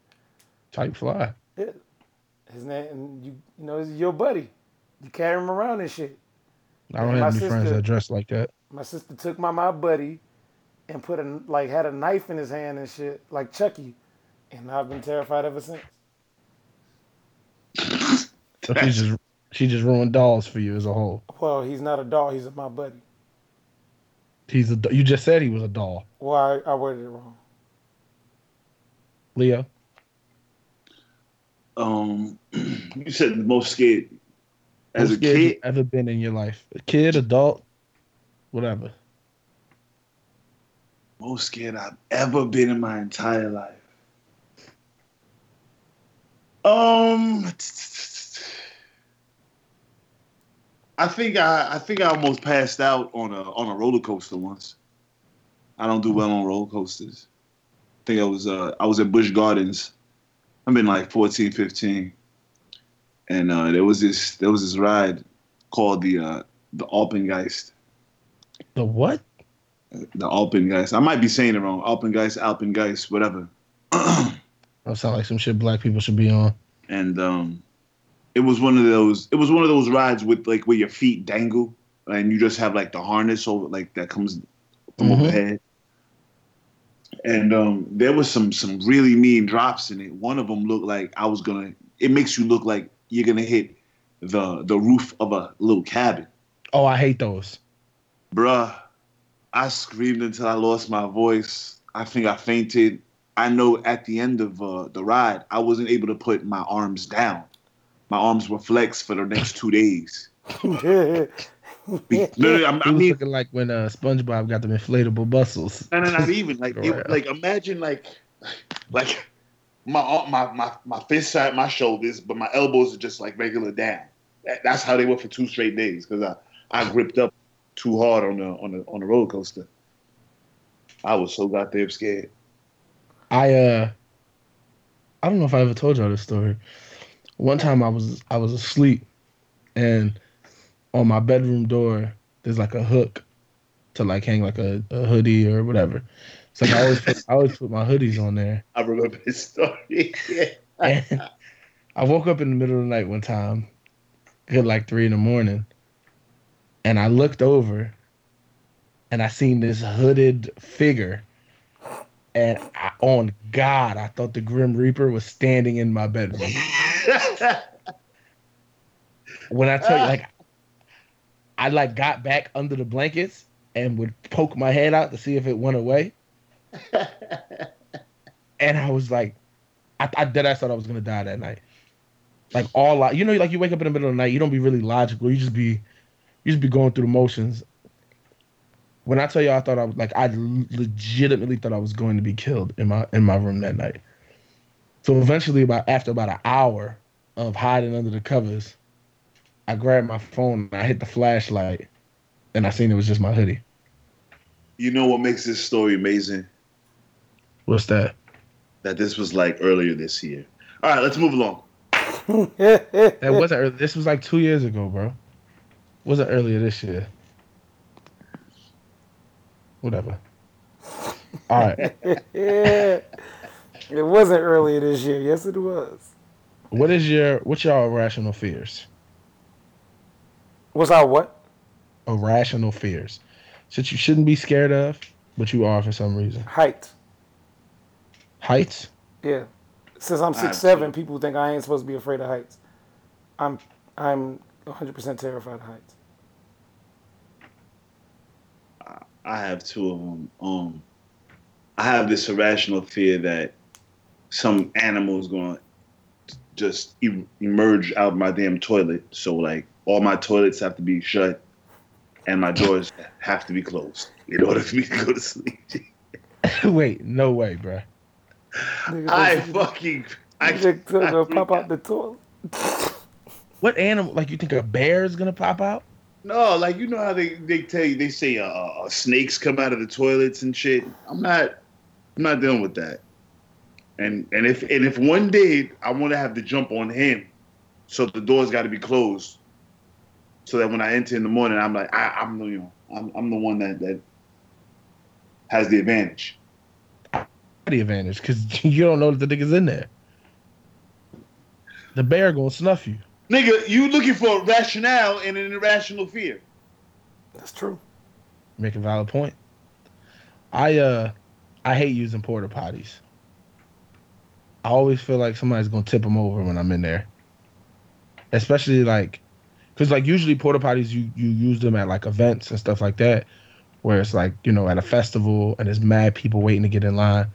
S3: Type fly.
S1: Yeah. His name, and you, you know, it's your buddy. You carry him around and shit.
S3: I don't
S1: Yeah,
S3: have
S1: my
S3: any friends
S1: sister-
S3: that dress like that.
S1: My sister took my my buddy, and put a like had a knife in his hand and shit, like Chucky, and I've been terrified ever since.
S3: So she just she just ruined dolls for you as a whole.
S1: Well, he's not a doll. He's my buddy.
S3: He's a. do- You just said he was a doll,
S1: Well, I, I worded it wrong.
S3: Leo.
S2: Um, you said the most scared as
S3: most
S2: a
S3: scared
S2: kid.
S3: you've ever been in your life, a kid, adult, whatever.
S2: Most scared I've ever been in my entire life. Um, I think I I think I almost passed out on a on a roller coaster once. I don't do well on roller coasters. I think I was uh I was at Busch Gardens. I've been like 14, 15. And uh, there was this there was this ride called the uh the Alpengeist
S3: The what?
S2: the Alpengeist. I might be saying it wrong. Alpengeist, Alpengeist, whatever.
S3: That sounds like some shit black people should be on.
S2: and um, it was one of those. It was one of those rides with like where your feet dangle and you just have like the harness over like that comes from
S3: Mhm.
S2: overhead. And um, there was some some really mean drops in it. One of them looked like I was gonna. It makes you look like you're gonna hit the the roof of a little cabin,
S3: Oh, I hate those.
S2: bruh. I screamed until I lost my voice. I think I fainted. I know at the end of uh, the ride, I wasn't able to put my arms down. My arms were flexed for the next two days. Be- no, no, I'm- I
S3: He was
S2: mean,
S3: looking like when uh, SpongeBob got them inflatable bustles.
S2: no, no, not even like, it,
S3: Right.
S2: like imagine like, like my ar- my my my fist side my shoulders, but my elbows are just like regular down. That, that's how they were for two straight days because I I gripped up too hard on the on the on the roller coaster. I was so goddamn scared.
S3: I uh I don't know if I ever told y'all this story. One time I was I was asleep and on my bedroom door there's like a hook to like hang like a, a hoodie or whatever. So like, I always put, I always put my hoodies on there.
S2: I remember this story.
S3: And I woke up in the middle of the night one time, good like three in the morning, and I looked over and I seen this hooded figure. And I, on God, I thought the Grim Reaper was standing in my bedroom. When I tell you, like, I like got back under the blankets and would poke my head out to see if it went away. and I was like, I, I dead ass thought I was gonna die that night. Like all, I, you know, like you wake up in the middle of the night, you don't be really logical. You just be, you just be going through the motions. When I tell you, I thought I was like, I legitimately thought I was going to be killed in my in my room that night. So eventually, about after about an hour of hiding under the covers, I grabbed my phone and I hit the flashlight, and I seen it was just my hoodie.
S2: You know what makes this story amazing?
S3: What's that?
S2: That this was like earlier this year. All right, let's move along.
S3: That wasn't. Early, this was like two years ago, bro. Wasn't earlier this year. Whatever. All right.
S1: it wasn't earlier this year. Yes, it was.
S3: What is your what's your irrational fears?
S1: Was I what?
S3: Irrational fears. Shit you shouldn't be scared of, but you are for some reason.
S1: Height.
S3: Heights?
S1: Yeah. Since I'm six seven, people think I ain't supposed to be afraid of heights. I'm I'm 100 percent terrified of heights.
S2: I have two of them. Um, I have this irrational fear that some animal is going to just e- emerge out of my damn toilet. So like all my toilets have to be shut, and my doors have to be closed in order for me to go to sleep.
S3: Wait, no way, bro.
S1: Nigga,
S2: I
S1: those-
S2: fucking I,
S1: nigga,
S2: I
S1: gonna
S2: freak
S1: pop
S2: out.
S1: out the toilet.
S3: What animal? Like you think a bear is gonna pop out?
S2: No, like you know how they, they tell you they say uh, uh, snakes come out of the toilets and shit. I'm not I'm not dealing with that. And and if and if one day I want to have to jump on him, so the door's got to be closed, so that when I enter in the morning, I'm like I, I'm the you know I'm, I'm the one that that has the advantage.
S3: The advantage, because you don't know that the nigga's in there. The bear gonna snuff you.
S2: Nigga, you looking for a rationale and an irrational fear?
S1: That's true.
S3: Make a valid point. I uh, I hate using porta potties. I always feel like somebody's gonna tip them over when I'm in there. Especially like, cause like usually porta potties you you use them at like events and stuff like that, where it's like you know at a festival and there's mad people waiting to get in line.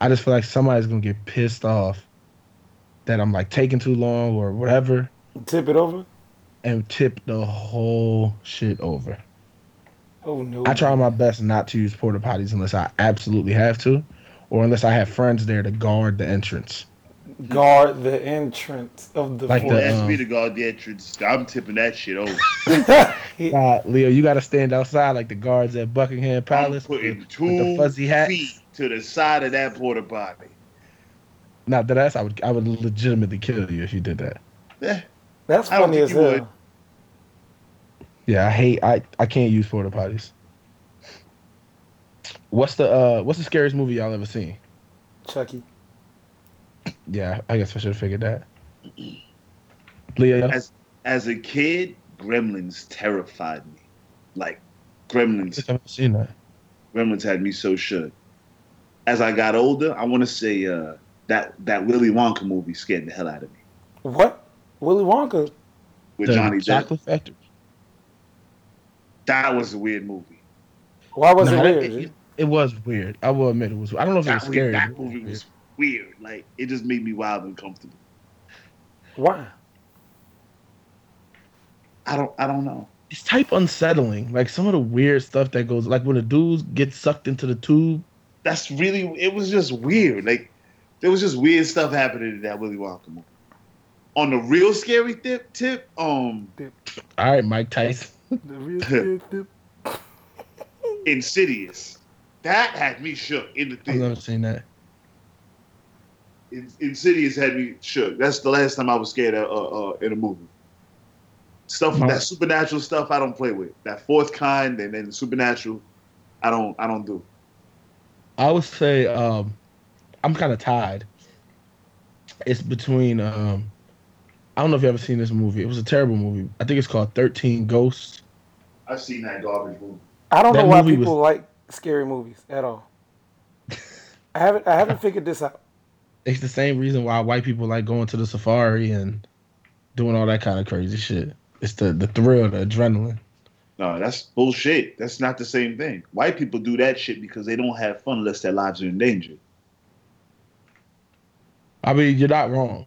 S3: I just feel like somebody's gonna get pissed off that I'm like taking too long or whatever
S1: Tip it over.
S3: and tip the whole shit over.
S1: Oh no.
S3: I try my best not to use porta potties unless I absolutely have to, or unless I have friends there to guard the entrance.
S1: Guard the entrance of the
S3: Like
S2: Or
S3: the-
S1: forest.
S2: ask me
S3: um,
S2: to guard the entrance. I'm tipping that shit over.
S3: Uh, Leo, you got to stand outside like the guards at Buckingham
S2: I'm
S3: Palace.
S2: putting
S3: with, with the
S2: two
S3: fuzzy hats.
S2: feet to the side of that porta potty.
S3: Now that ass, I would I would legitimately kill you if you did that.
S2: Eh,
S1: That's
S2: I don't
S1: funny
S2: think
S1: as
S2: you would.
S1: hell.
S3: Yeah, I hate I I can't use porta potties. What's the uh What's the scariest movie y'all ever seen?
S1: Chucky.
S3: Yeah, I guess I should have figured that. Leo,
S2: As as a kid, Gremlins terrified me. Like Gremlins,
S3: I've seen that.
S2: Gremlins had me so shook. As I got older, I want to say uh, that that Willy Wonka movie scared the hell out of me
S1: What? Willy Wonka.
S2: with
S3: The
S2: Johnny Depp.
S3: Chocolate Factory.
S2: That was a weird movie.
S1: Why was
S3: No,
S1: it weird?
S3: It, it was weird. I will admit it was. I don't know if it was
S2: That, movie-
S3: scary.
S2: that
S3: but it was
S2: movie
S3: weird.
S2: was weird. Like it just made me wild and comfortable.
S1: Why?
S2: I don't I don't know.
S3: It's type unsettling. Like some of the weird stuff that goes. Like when a dude gets sucked into the tube.
S2: That's really it was just weird. Like there was just weird stuff happening in that Willy Wonka movie. On the real scary tip tip, um,
S3: All right, Mike Tyson.
S1: The real kid did-
S2: Insidious. That had me shook in the
S3: I've
S2: theater.
S3: never seen that.
S2: In- Insidious had me shook. That's the last time I was scared of, uh, uh, in a movie. Stuff
S3: Huh.
S2: that supernatural stuff I don't play with. That fourth kind and then supernatural, I don't I don't do.
S3: I would say um, I'm kind of tied. It's between. Um, I don't know if you ever seen this movie. It was a terrible movie. I think it's called Thirteen Ghosts.
S2: I've seen that garbage movie.
S1: I don't
S3: That
S1: know why
S3: movie
S1: people
S3: was-
S1: like scary movies at all. I haven't I haven't figured this out.
S3: It's the same reason why white people like going to the safari and doing all that kind of crazy shit. It's the the thrill, the adrenaline.
S2: No, that's bullshit. That's not the same thing. White people do that shit because they don't have fun unless their lives are in danger.
S3: I mean, you're not wrong.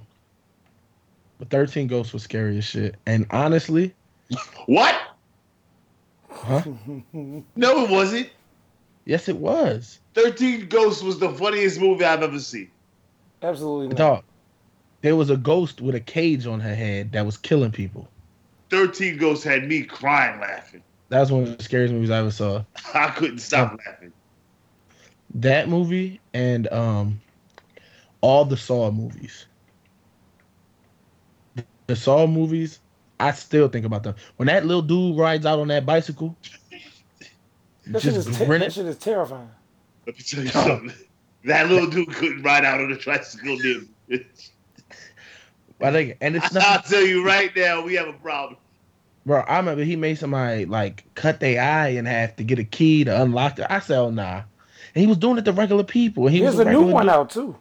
S3: But 13 Ghosts was scary as shit. And honestly,
S2: What?
S3: huh?
S2: No, it wasn't.
S3: Yes, it was.
S2: Thirteen Ghosts was the funniest movie I've ever seen.
S1: Absolutely not.
S3: Dog. There was a ghost with a cage on her head that was killing people.
S2: Thirteen Ghosts had me crying laughing.
S3: That was one of the scariest movies I ever saw.
S2: I couldn't stop laughing.
S3: That movie and um all the Saw movies. The Saw movies, I still think about them. When that little dude rides out on that bicycle,
S1: That shit, is
S3: just
S1: te-
S3: grinning.
S1: that shit is terrifying.
S2: Let me tell you something. That little dude couldn't ride out on a tricycle near me.
S3: I think, and it's not
S2: I'll tell you right now, we have a problem.
S3: Bro, I remember he made somebody like cut their eye and have to get a key to unlock it. I said, oh, nah. And he was doing it to regular people. And he
S1: There's
S3: was
S1: a new
S3: regular
S1: one
S3: dude.
S1: out too.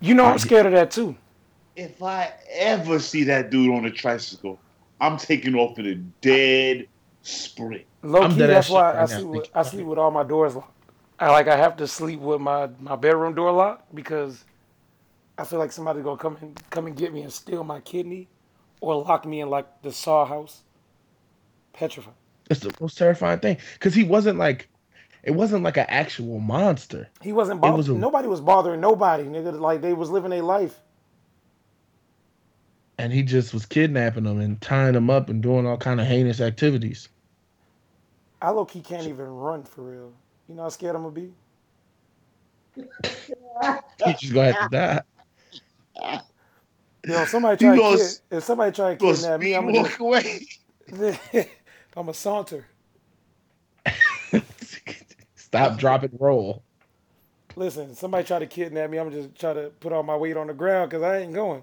S1: You know
S3: I-
S1: I'm scared of that too.
S2: If I ever see that dude on a tricycle, I'm taking off in a dead sprint.
S1: Low
S3: I'm
S1: key,
S3: dead
S1: that's
S3: ass shit
S1: why
S3: right
S1: I
S3: now,
S1: sleep.
S3: thank
S1: With,
S3: you.
S1: I sleep with all my doors locked. I like I have to sleep with my my bedroom door locked because I feel like somebody's gonna come and come and get me and steal my kidney, or lock me in like the saw house. Petrified.
S3: It's the most terrifying thing. Because he wasn't like, it wasn't like an actual monster.
S1: He wasn't
S3: It
S1: bothering.
S3: was a-
S1: nobody was bothering nobody. Nigga, like they was living their life.
S3: And he just was kidnapping them and tying them up and doing all kind of heinous activities.
S1: I low key can't even run for real. You know how scared I'm gonna be.
S3: He's just going to have to die.
S1: Yo, if somebody
S2: You
S1: try to
S2: gonna
S1: kid,
S2: s-
S1: if somebody try to
S2: Go
S1: kidnap me,
S2: speed
S1: I'm
S2: walk away.
S1: gonna I'm a saunter.
S3: Stop, drop, and roll.
S1: Listen, somebody try to kidnap me. I'm just try to put all my weight on the ground because I ain't going.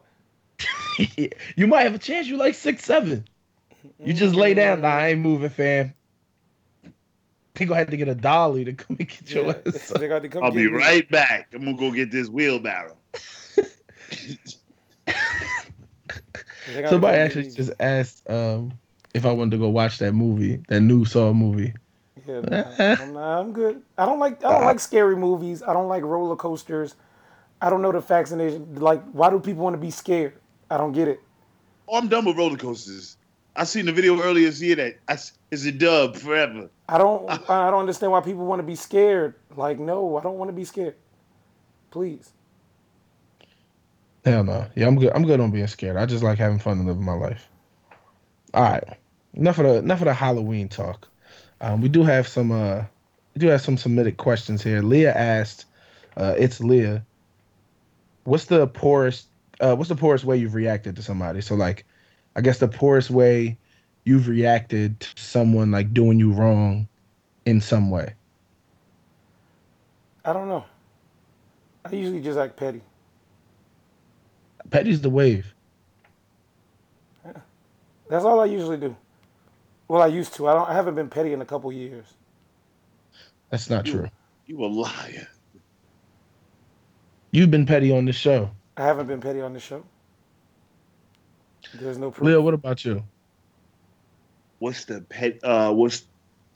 S3: you might have a chance. You like six seven. You just lay down. Nah, I ain't moving, fam. He gonna have to get a dolly to come and get your
S1: Yeah.
S3: ass. up.
S1: They got to come
S2: I'll
S1: get
S2: be
S1: me.
S2: right back. I'm gonna go get this wheelbarrow.
S1: They gotta
S3: Somebody
S1: come get
S3: actually
S1: me.
S3: just asked um, if I wanted to go watch that movie, that new Saw movie.
S1: Yeah, nah, I'm, nah, I'm good. I don't like I don't like scary movies. I don't like roller coasters. I don't know the vaccination. Like, why do people want to be scared? I don't get it.
S2: Oh, I'm done with roller coasters. I seen the video earlier this year that I s it's a dub forever.
S1: I don't I don't understand why people want to be scared. Like, no, I don't want to be scared. Please.
S3: Hell no. Yeah, I'm good. I'm good on being scared. I just like having fun and living my life. All right. Enough of the enough of the Halloween talk. Um, we do have some uh, we do have some submitted questions here. Leah asked, uh, "It's Leah. What's the poorest? Uh, what's the poorest way you've reacted to somebody? So like, I guess the poorest way you've reacted to someone like doing you wrong in some way.
S1: I don't know. I usually just act petty.
S3: Petty's the wave.
S1: That's all I usually do. Well, I used to. I don't. I haven't been petty in a couple years.
S3: That's not
S2: You-
S3: true.
S2: You a liar.
S3: You've been petty on this show,
S1: I haven't been petty on the show. There's no proof.
S3: Leah. What about you?
S2: What's the pet? Uh, what's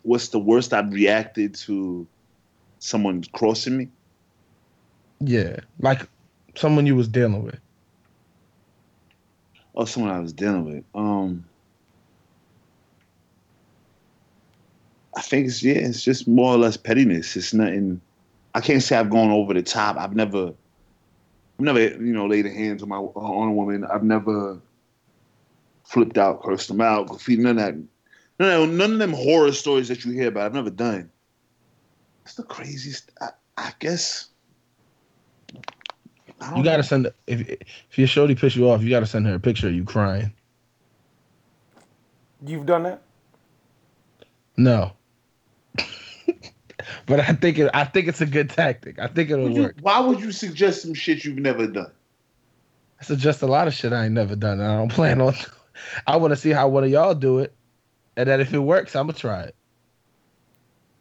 S2: what's the worst I've reacted to? Someone crossing me.
S3: Yeah, like someone you was dealing with.
S2: Oh, someone I was dealing with. Um, I think it's yeah, it's just more or less pettiness. It's nothing. I can't say I've gone over the top. I've never, I've never you know laid a hand on my on a woman. I've never flipped out, cursed them out, graffiti, none of that. None of, none of them horror stories that you hear about. I've never done. It's the craziest. I, I guess. I don't
S3: You gotta send if if your shorty piss you off, you gotta send her a picture of you crying.
S1: You've done that.
S3: No. but I think it, I think it's a good tactic. I think it'll
S2: Would you-
S3: work.
S2: why would you suggest some shit you've never done?
S3: I suggest a lot of shit I ain't never done, and I don't plan on. I want to see how one of y'all do it, and then if it works, I'm gonna try it.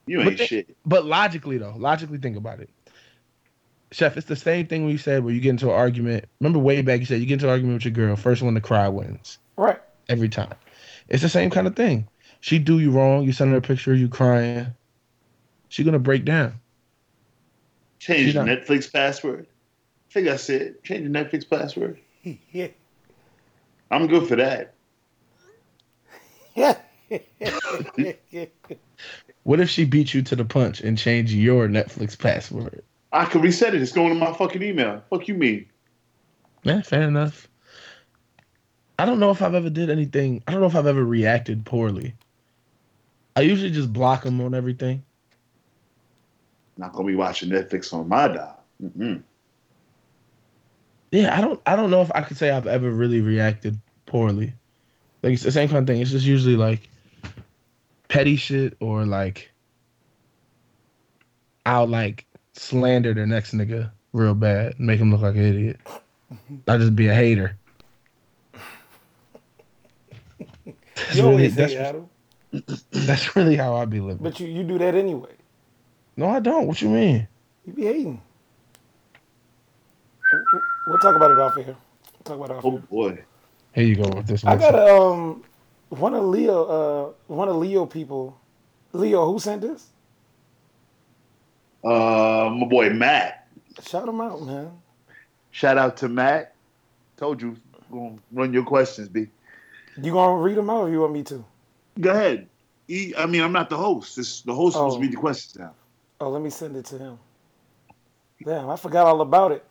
S2: You
S3: But
S2: ain't
S3: they-
S2: shit.
S3: But logically though, logically think about it. Chef, it's the same thing we said where you get into an argument. Remember way back you said you get into an argument with your girl, first one to cry wins.
S1: Right.
S3: every time. It's the same kind of thing. She do you wrong. You send her a picture. You crying. She gonna break down.
S2: Change
S3: She
S2: the
S3: not-
S2: Netflix password. I think I said change the Netflix password.
S1: yeah.
S2: I'm good for that.
S1: Yeah.
S3: What if she beat you to the punch and change your Netflix password?
S2: I can reset it. It's going to my fucking email. Fuck you mean?
S3: Yeah, fair enough. I don't know if I've ever did anything. I don't know if I've ever reacted poorly. I usually just block them on everything.
S2: Not gonna be watching Netflix on my dime. Mm-mm.
S3: Yeah, I don't. I don't know if I could say I've ever really reacted poorly. Like it's the same kind of thing. It's just usually like petty shit or like I'll like slander the next nigga real bad, and make him look like an idiot. I'll just be a hater. That's
S1: You
S3: really,
S1: always
S3: that's,
S1: say Adam,
S3: that's really how I be living.
S1: but you, you do that anyway.
S3: No, I don't. What you mean?
S1: You be hating. We'll- we'll- We'll talk about it off air. We'll talk about it off
S2: Oh
S1: air.
S2: boy.
S3: Here you go with this
S1: I
S3: one.
S1: got a, um one of Leo uh one of Leo people. Leo, who sent this?
S2: Uh, my boy Matt.
S1: Shout him out, man.
S2: Shout out to Matt. Told you, gonna run your questions, B.
S1: You gonna read them out, or you want me to?
S2: Go ahead. He, I mean, I'm not the host. This, the host
S1: Oh.
S2: supposed to read the questions now.
S1: Oh, let me send it to him. Damn, I forgot all about it.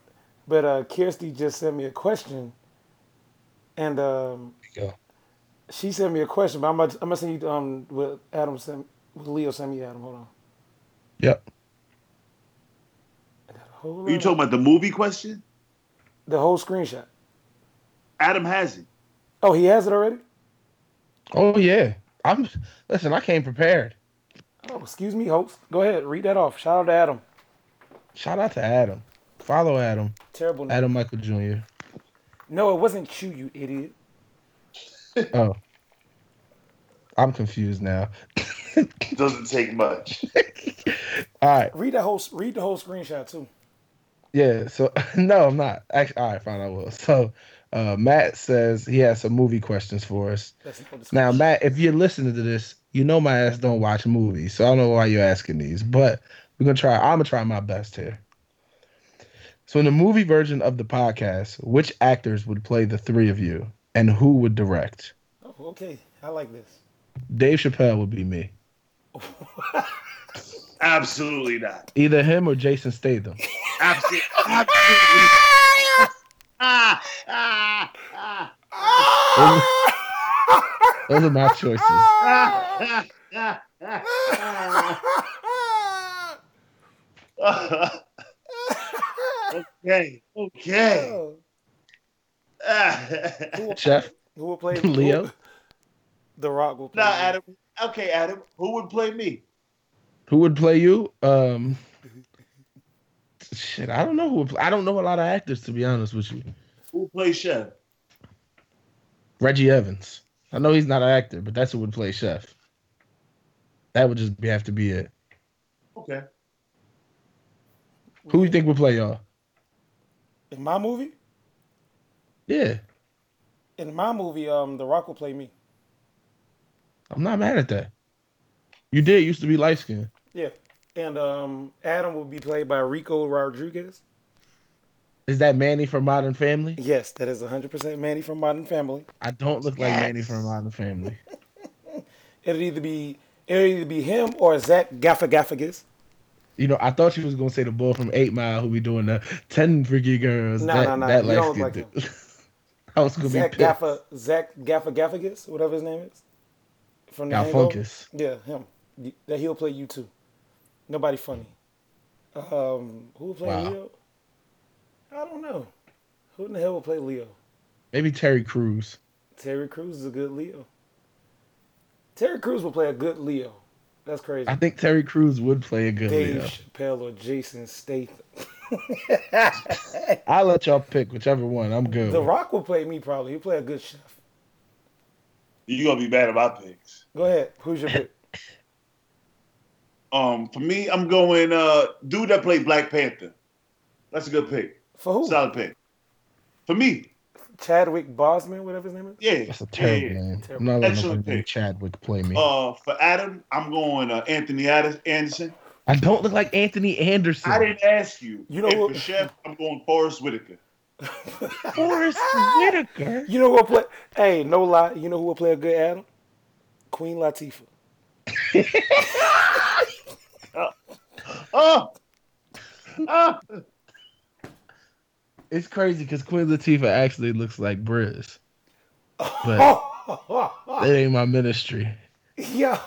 S1: But uh, Kirsty just sent me a question, and um,
S3: There you go.
S1: she sent me a question. But I'm gonna, I'm gonna send you um what Adam sent, what Leo sent me. Adam, hold on.
S3: Yep.
S1: I gotta hold
S2: Are you
S1: on.
S2: talking about the movie question?
S1: the whole screenshot?
S2: Adam has it.
S1: Oh, he has it already.
S3: Oh yeah. I'm. Listen, I came prepared.
S1: Oh, excuse me, host. Go ahead, read that off. Shout out to Adam.
S3: Shout out to Adam. Follow Adam.
S1: Terrible. Name.
S3: Adam Michael Jr.
S1: No, it wasn't you, you idiot.
S3: Oh. I'm confused now.
S2: Doesn't take much.
S3: All right.
S1: Read the whole read the whole screenshot too.
S3: Yeah. So, no, I'm not. Actually, all right, fine. I will. So, uh, Matt says he has some movie questions for us.
S1: That's not the
S3: Now,
S1: screenshot.
S3: Matt, if you're listening to this, you know my ass don't watch movies. So, I don't know why you're asking these, but we're going to try. I'm going to try my best here. So, in the movie version of the podcast, which actors would play the three of you and who would direct?
S1: Oh, okay, I like this.
S3: Dave Chappelle would be me.
S2: Absolutely not.
S3: Either him or Jason Statham.
S2: Absolutely. absolutely. ah, ah, ah,
S1: Oh,
S3: Those- Those are my choices.
S2: ah, ah, ah, ah. okay. Okay.
S1: Oh.
S2: Ah.
S1: Who will,
S3: Jeff,
S1: who will play
S3: Leo?
S1: who- the Rock will play.
S2: Now,
S1: me.
S2: Adam. Okay, Adam. Who would play me?
S3: who would play you? Um, shit, I don't know who. Would play, I don't know a lot of actors to be honest with you.
S2: Who would play Chef?
S3: Reggie Evans. I know he's not an actor, but that's who would play Chef. That would just be, have to be it.
S2: Okay.
S3: Who you think would play y'all?
S1: in my movie?
S3: Yeah,
S1: In my movie, um, The Rock will play me.
S3: I'm not mad at that. You did used to be light skinned.
S1: Yeah, and um, Adam will be played by Rico Rodriguez.
S3: Is that Manny from Modern Family?
S1: Yes, that is 100% Manny from Modern Family.
S3: I don't look like Manny from Modern Family.
S1: It'll either be it'll either be him or Zach Gaffigafagas.
S3: You know, I thought you was gonna say the boy from Eight Mile who be doing the ten freaky girls.
S1: No,
S3: that,
S1: no, no,
S3: That
S1: you don't
S3: light-skinned
S1: look like
S3: dude. I was gonna
S1: Zach
S3: be pissed.
S1: Gaffa Zach Gaffagafagas, whatever his name is. From
S3: Now
S1: Hangover.
S3: focus.
S1: Yeah, him. Y- That he'll play you too. Nobody funny. Um, who will play
S3: Wow.
S1: Leo? I don't know. Who in the hell will play Leo?
S3: Maybe Terry Crews.
S1: Terry Crews is a good Leo. Terry Crews will play a good Leo. That's crazy.
S3: I think Terry Crews would play a good
S1: Dave
S3: Leo.
S1: Chappelle or Jason Statham.
S3: I'll let y'all pick whichever one. I'm good.
S1: the Rock will play me probably. He'll play a good chef.
S2: You're gonna be bad at my picks.
S1: Go ahead. Who's your pick?
S2: Um, for me, I'm going uh dude that played Black Panther. That's a good pick.
S1: For who?
S2: Solid pick. For me,
S1: Chadwick Bosman, whatever his name is.
S2: Yeah,
S3: That's a terrible
S2: yeah.
S3: name.
S1: Terrible.
S3: I'm not letting
S2: Excellent
S3: nobody
S2: pick.
S3: named Chadwick play me.
S2: Uh, for Adam, I'm going uh, Anthony Addis- Anderson.
S3: I don't look like Anthony Anderson.
S2: I didn't ask you.
S1: You know
S2: and
S1: what-
S2: For Chef, I'm going Forrest Whitaker.
S3: Forrest Whitaker.
S1: You know who'll play? Hey, no lie. You know who will play a good Adam? Queen Latifah.
S2: Oh, oh,
S3: It's crazy because Queen Latifah actually looks like Briz. But
S1: Oh,
S3: it ain't my ministry.
S1: yeah.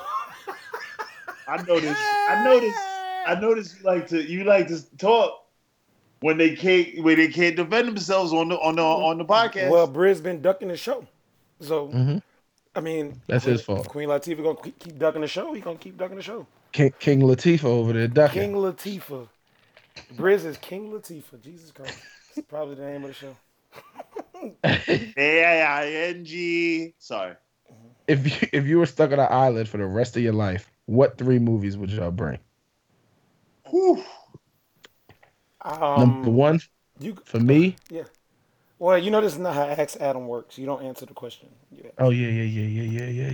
S2: I noticed. I noticed. I noticed you like to you like to talk when they can't when they can't defend themselves on the on the on the podcast.
S1: Well, Briz been ducking the show, so
S3: Mhm.
S1: I mean
S3: That's his fault.
S1: If Queen Latifah gonna keep- keep ducking the show. He gonna keep ducking the show.
S3: King, King Latifah over there ducking.
S1: King Latifah. Briz is King Latifah. Jesus Christ. It's probably the name of the show.
S2: A-I-I-N-G. Sorry.
S3: if you, if you were stuck on an island for the rest of your life, what three movies would y'all bring?
S2: Whew.
S1: Um,
S3: Number one
S1: You
S3: for me.
S1: well, you know this is not how Ask Adam works. You don't answer the question. Yeah.
S3: Oh yeah, yeah, yeah, yeah, yeah, yeah,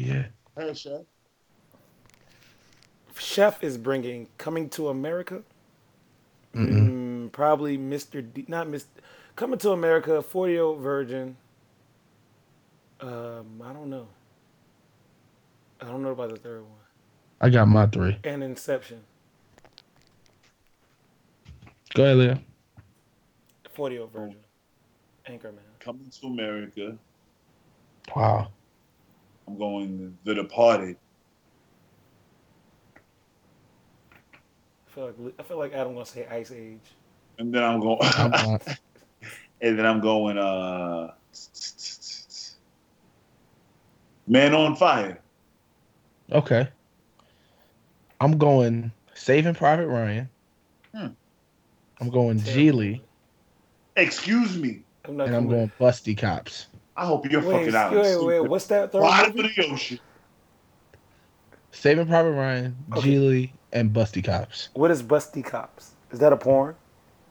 S3: yeah.
S2: Hey, Chef.
S1: Chef is bringing Coming to America.
S3: Mm-mm.
S1: Mm, probably Mr. D, not Mr. Coming to America, 40 year old virgin. Um, I don't know. I don't know about the third one.
S3: I got my three.
S1: And Inception,
S3: Go ahead, Leo.
S1: 40 year old virgin. Anchorman.
S2: Coming to America.
S3: Wow.
S2: I'm going The Departed.
S1: I feel like I feel like Adam gonna say Ice Age.
S2: And then I'm going
S3: I'm uh, not-
S2: and then I'm going uh Man on Fire.
S3: okay. I'm going Saving Private Ryan.
S2: Hmm.
S3: I'm going Geely,
S1: Terrible.
S2: Excuse me.
S1: I'm not
S3: and I'm
S1: going.
S3: going Busty Cops.
S2: I hope you're
S1: Wait,
S2: fucking out.
S1: wait, wait, what's that third
S2: Bottom
S1: movie?
S2: of the ocean.
S3: Saving Private Ryan,
S1: Okay.
S3: Geely, and Busty Cops.
S1: What is Busty Cops? Is that a porn?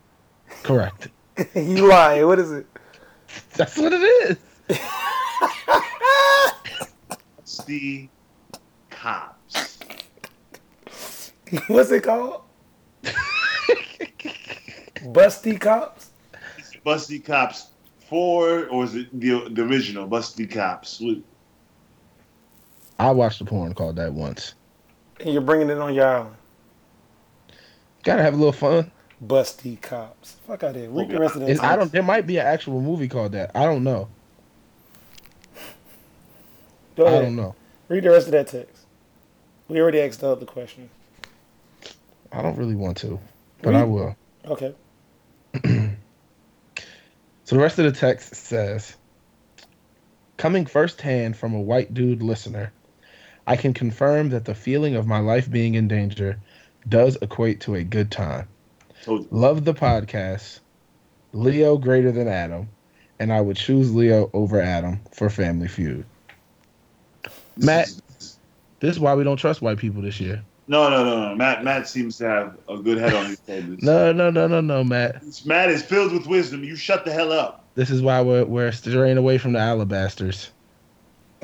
S3: Correct.
S1: you lying. What is it?
S3: That's what it is.
S2: Steve Cops.
S1: What's it called? Busty Cops?
S2: Busty Cops four or is it the, the original Busty Cops? What-
S3: I watched a porn called that once.
S1: And you're bringing it on your island.
S3: Gotta have a little fun.
S1: Busty Cops. Fuck out here. Weak
S2: Okay.
S1: arrested in
S3: It's- I
S1: Texas.
S3: don't. There might be an actual movie called that. I don't know.
S1: Go
S3: I
S1: ahead.
S3: don't know.
S1: Read the rest of that text. We already asked the other question.
S3: I don't really want to, but
S1: Read-
S3: I will.
S1: Okay.
S3: So the rest of the text says Coming firsthand from a white dude listener, I can confirm that the feeling of my life being in danger does equate to a good time.
S2: Told you.
S3: Love the podcast. Leo greater than Adam, and I would choose Leo over Adam for Family Feud.
S2: This
S3: Matt.
S2: is-
S3: This is why we don't trust white people this year.
S2: No, no, no, no. Matt Matt seems to have a good head on his shoulders.
S3: No, no, no, no, no, Matt.
S2: Matt is filled with wisdom. You shut the hell up.
S3: This is why we're we're straying away from the alabasters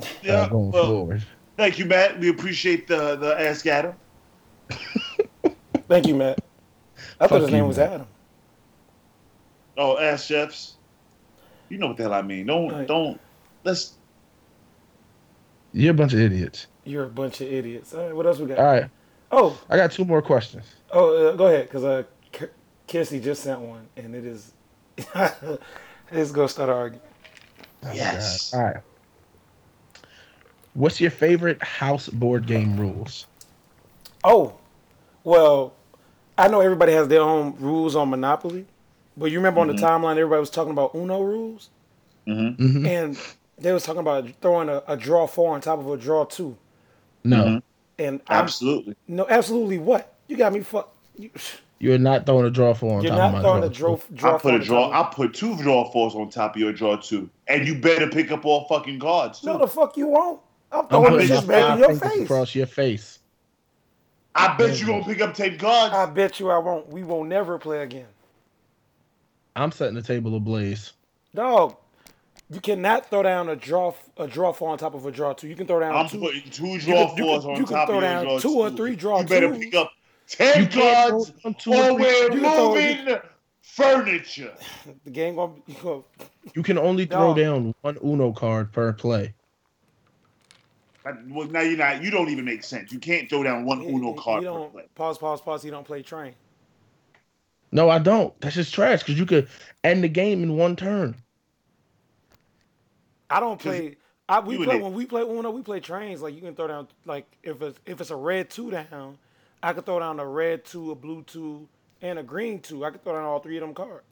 S3: uh,
S2: Yeah.
S3: going
S2: Well,
S3: forward.
S2: thank you, Matt. We appreciate the the ask Adam.
S1: Thank you, Matt. I
S3: Fuck
S1: thought his
S3: you,
S1: name was
S3: Matt.
S1: Adam.
S2: Oh, ask chefs. You know what the hell I mean. Don't
S1: Right.
S2: don't. Let's.
S3: You're a bunch of idiots.
S1: You're a bunch of idiots. All right, what else we got?
S3: All right,
S1: Oh,
S3: I got two more questions.
S1: oh, uh, go ahead, because uh, K- Kissy just sent one, and it is. it's going to start an argument.
S3: Oh,
S2: Yes.
S3: God. All right. What's your favorite house board game rules?
S1: Oh, well, I know everybody has their own rules on Monopoly, but you remember on
S2: Mhm.
S1: the timeline everybody was talking about Uno rules,
S2: Mhm.
S3: Mm-hmm.
S1: and they was talking about throwing a, a draw four on top of a draw two,
S3: No,
S2: Mhm.
S1: and I'm
S2: Absolutely.
S1: no absolutely what you got me fuck. You,
S3: you're not throwing a draw four on
S1: you're
S3: top
S1: not
S3: of my
S1: throwing a
S3: draw.
S1: draw draw
S2: I put
S1: four
S2: a
S1: on
S2: draw.
S1: top of-
S2: I put two draw fours on top of your draw two, and you better pick up all fucking cards too.
S1: No, the fuck you won't. I'm
S3: I'm
S1: throwing
S3: putting
S1: bitches
S3: up
S1: back in
S3: five
S1: your
S3: fingers
S1: face.
S3: across your face.
S2: I bet you gonna pick up ten cards.
S1: I bet you I won't. We won't never play again,
S3: I'm setting the table ablaze.
S1: dog. You cannot throw down a draw a draw four on top of a draw two. You can throw down
S2: I'm
S1: two.
S2: putting two draw
S1: can- you
S2: fours
S1: can-
S2: on
S1: you can
S2: top
S1: throw
S2: of your
S1: down
S2: draw
S1: two or three draw
S2: You better
S1: twos.
S2: pick up ten
S3: can't
S2: cards
S3: throw down two or
S2: or
S3: three-
S2: we're
S1: You can throw-
S2: moving furniture.
S1: The game gonna, you gonna
S3: You can only throw
S1: Dog.
S3: down one Uno card per play.
S2: That- Well, now you're not. You don't even make sense. You can't throw down one
S1: he-
S2: Uno
S1: he-
S2: card
S1: He
S2: per
S1: don't
S2: play.
S1: pause, pause, pause. He don't play train.
S3: No, I don't. That's just trash because you could end the game in one turn.
S1: I don't play. I, we
S2: you an
S1: play
S2: idiot.
S1: when we play Uno. We play trains. Like you can throw down like if it's if it's a red two down, I could throw down a red two, a blue two, and a green two. I could throw down all three of them cards.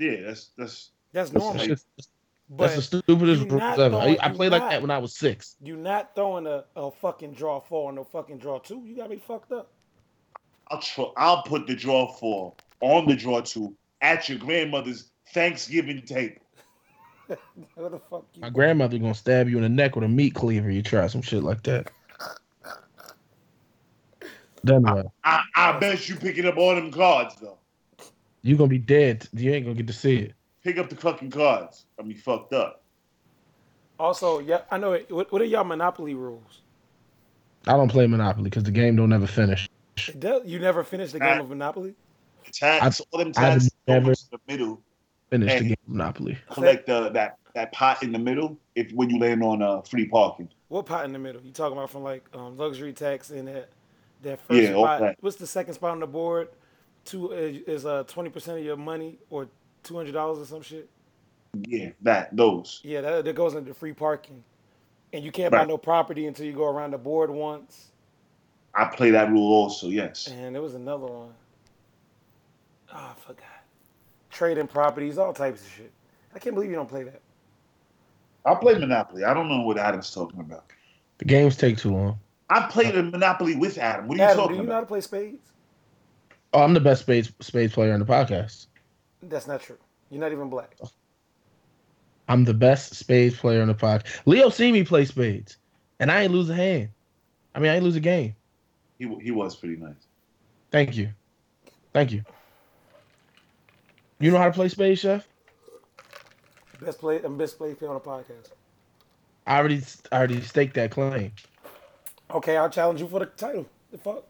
S2: Yeah, that's that's.
S1: That's
S3: That's,
S1: normal.
S3: just- that's
S1: but
S3: the stupidest
S1: you're
S3: rule
S1: not
S3: ever. I,
S1: throwing-
S3: I
S1: you're
S3: played like
S1: not.
S3: that when I was six.
S1: you're not throwing a, a fucking draw four and a fucking draw two. You gotta be fucked up.
S2: I'll tr- I'll put the draw four on the draw two at your grandmother's Thanksgiving table.
S1: What the fuck you?
S3: My grandmother gonna stab you in the neck with a meat cleaver. You try some shit like that. Then uh, what?
S2: I, I bet you picking up all them cards though.
S3: You gonna be dead. You ain't gonna get to see it.
S2: Pick up the fucking cards. I mean, fucked up.
S1: Also, yeah, I know. It, what, what are y'all Monopoly rules?
S3: I don't play Monopoly because the game don't ever finish.
S1: It does- you never finish the game of Monopoly.
S2: Tats, all them
S3: I've
S2: tats go
S3: never-
S2: into the middle.
S3: Finish
S2: Hey.
S3: the game of Monopoly.
S2: Collect the that that pot in the middle if when you land on uh, free parking.
S1: What pot in the middle? You talking about from like um, luxury tax and that that first
S2: Yeah, all
S1: spot?
S2: that.
S1: What's the second spot on the board? Two is is, uh twenty percent of your money or two hundred dollars or some shit.
S2: Yeah, that those.
S1: Yeah, that, that goes into free parking, and you can't buy
S2: Right.
S1: no property until you go around the board once.
S2: I play that rule also. Yes.
S1: And there was another one. Oh, I forgot. Trading properties, all types of shit. I can't believe you don't play that.
S2: I play Monopoly. I don't know what Adam's talking about.
S3: The games take too long.
S2: I played a Monopoly with Adam. What are you
S1: Adam, do
S2: talking
S1: you know how
S2: about?
S1: to play spades?
S3: Oh, I'm the best spades spades player in the podcast.
S1: That's not true. You're not even black.
S3: I'm the best spades player in the podcast. Leo seen me play spades, and I ain't lose a hand. I mean, I ain't lose a game.
S2: He wa- he was pretty nice.
S3: Thank you, thank you. You know how to play spades, chef?
S1: Best play, I'm best play player on the podcast.
S3: I already, I already staked that claim.
S1: Okay, I'll challenge you for the title. The fuck?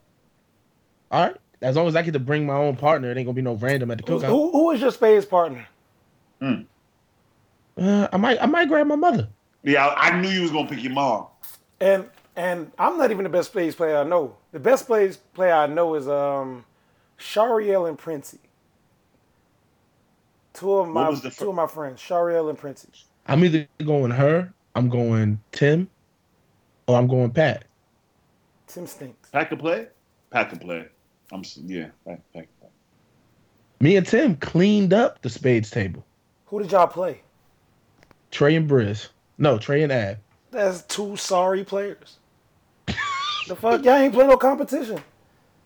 S3: All right, as long as I get to bring my own partner, it ain't gonna be no random at the
S1: Who's-
S3: cookout.
S1: Who, who is your spades partner?
S3: Uh, I might, I might grab my mother.
S2: Yeah, I, I knew you was gonna pick your mom.
S1: And and I'm not even the best spades player I know. The best spades player I know is um, Shariel and Princey. Two of my
S2: was the fir-
S1: two of my friends, Shariel and Princey.
S3: I'm either going her, I'm going Tim, or I'm going Pat.
S1: Tim stinks.
S2: Pack a play. Pack a play. I'm s- yeah. Pack pack. pack.
S3: Me and Tim cleaned up the spades table.
S1: Who did y'all play?
S3: Trey and Briz. No, Trey and Ab.
S1: That's two sorry players. the fuck, y'all ain't playing no competition.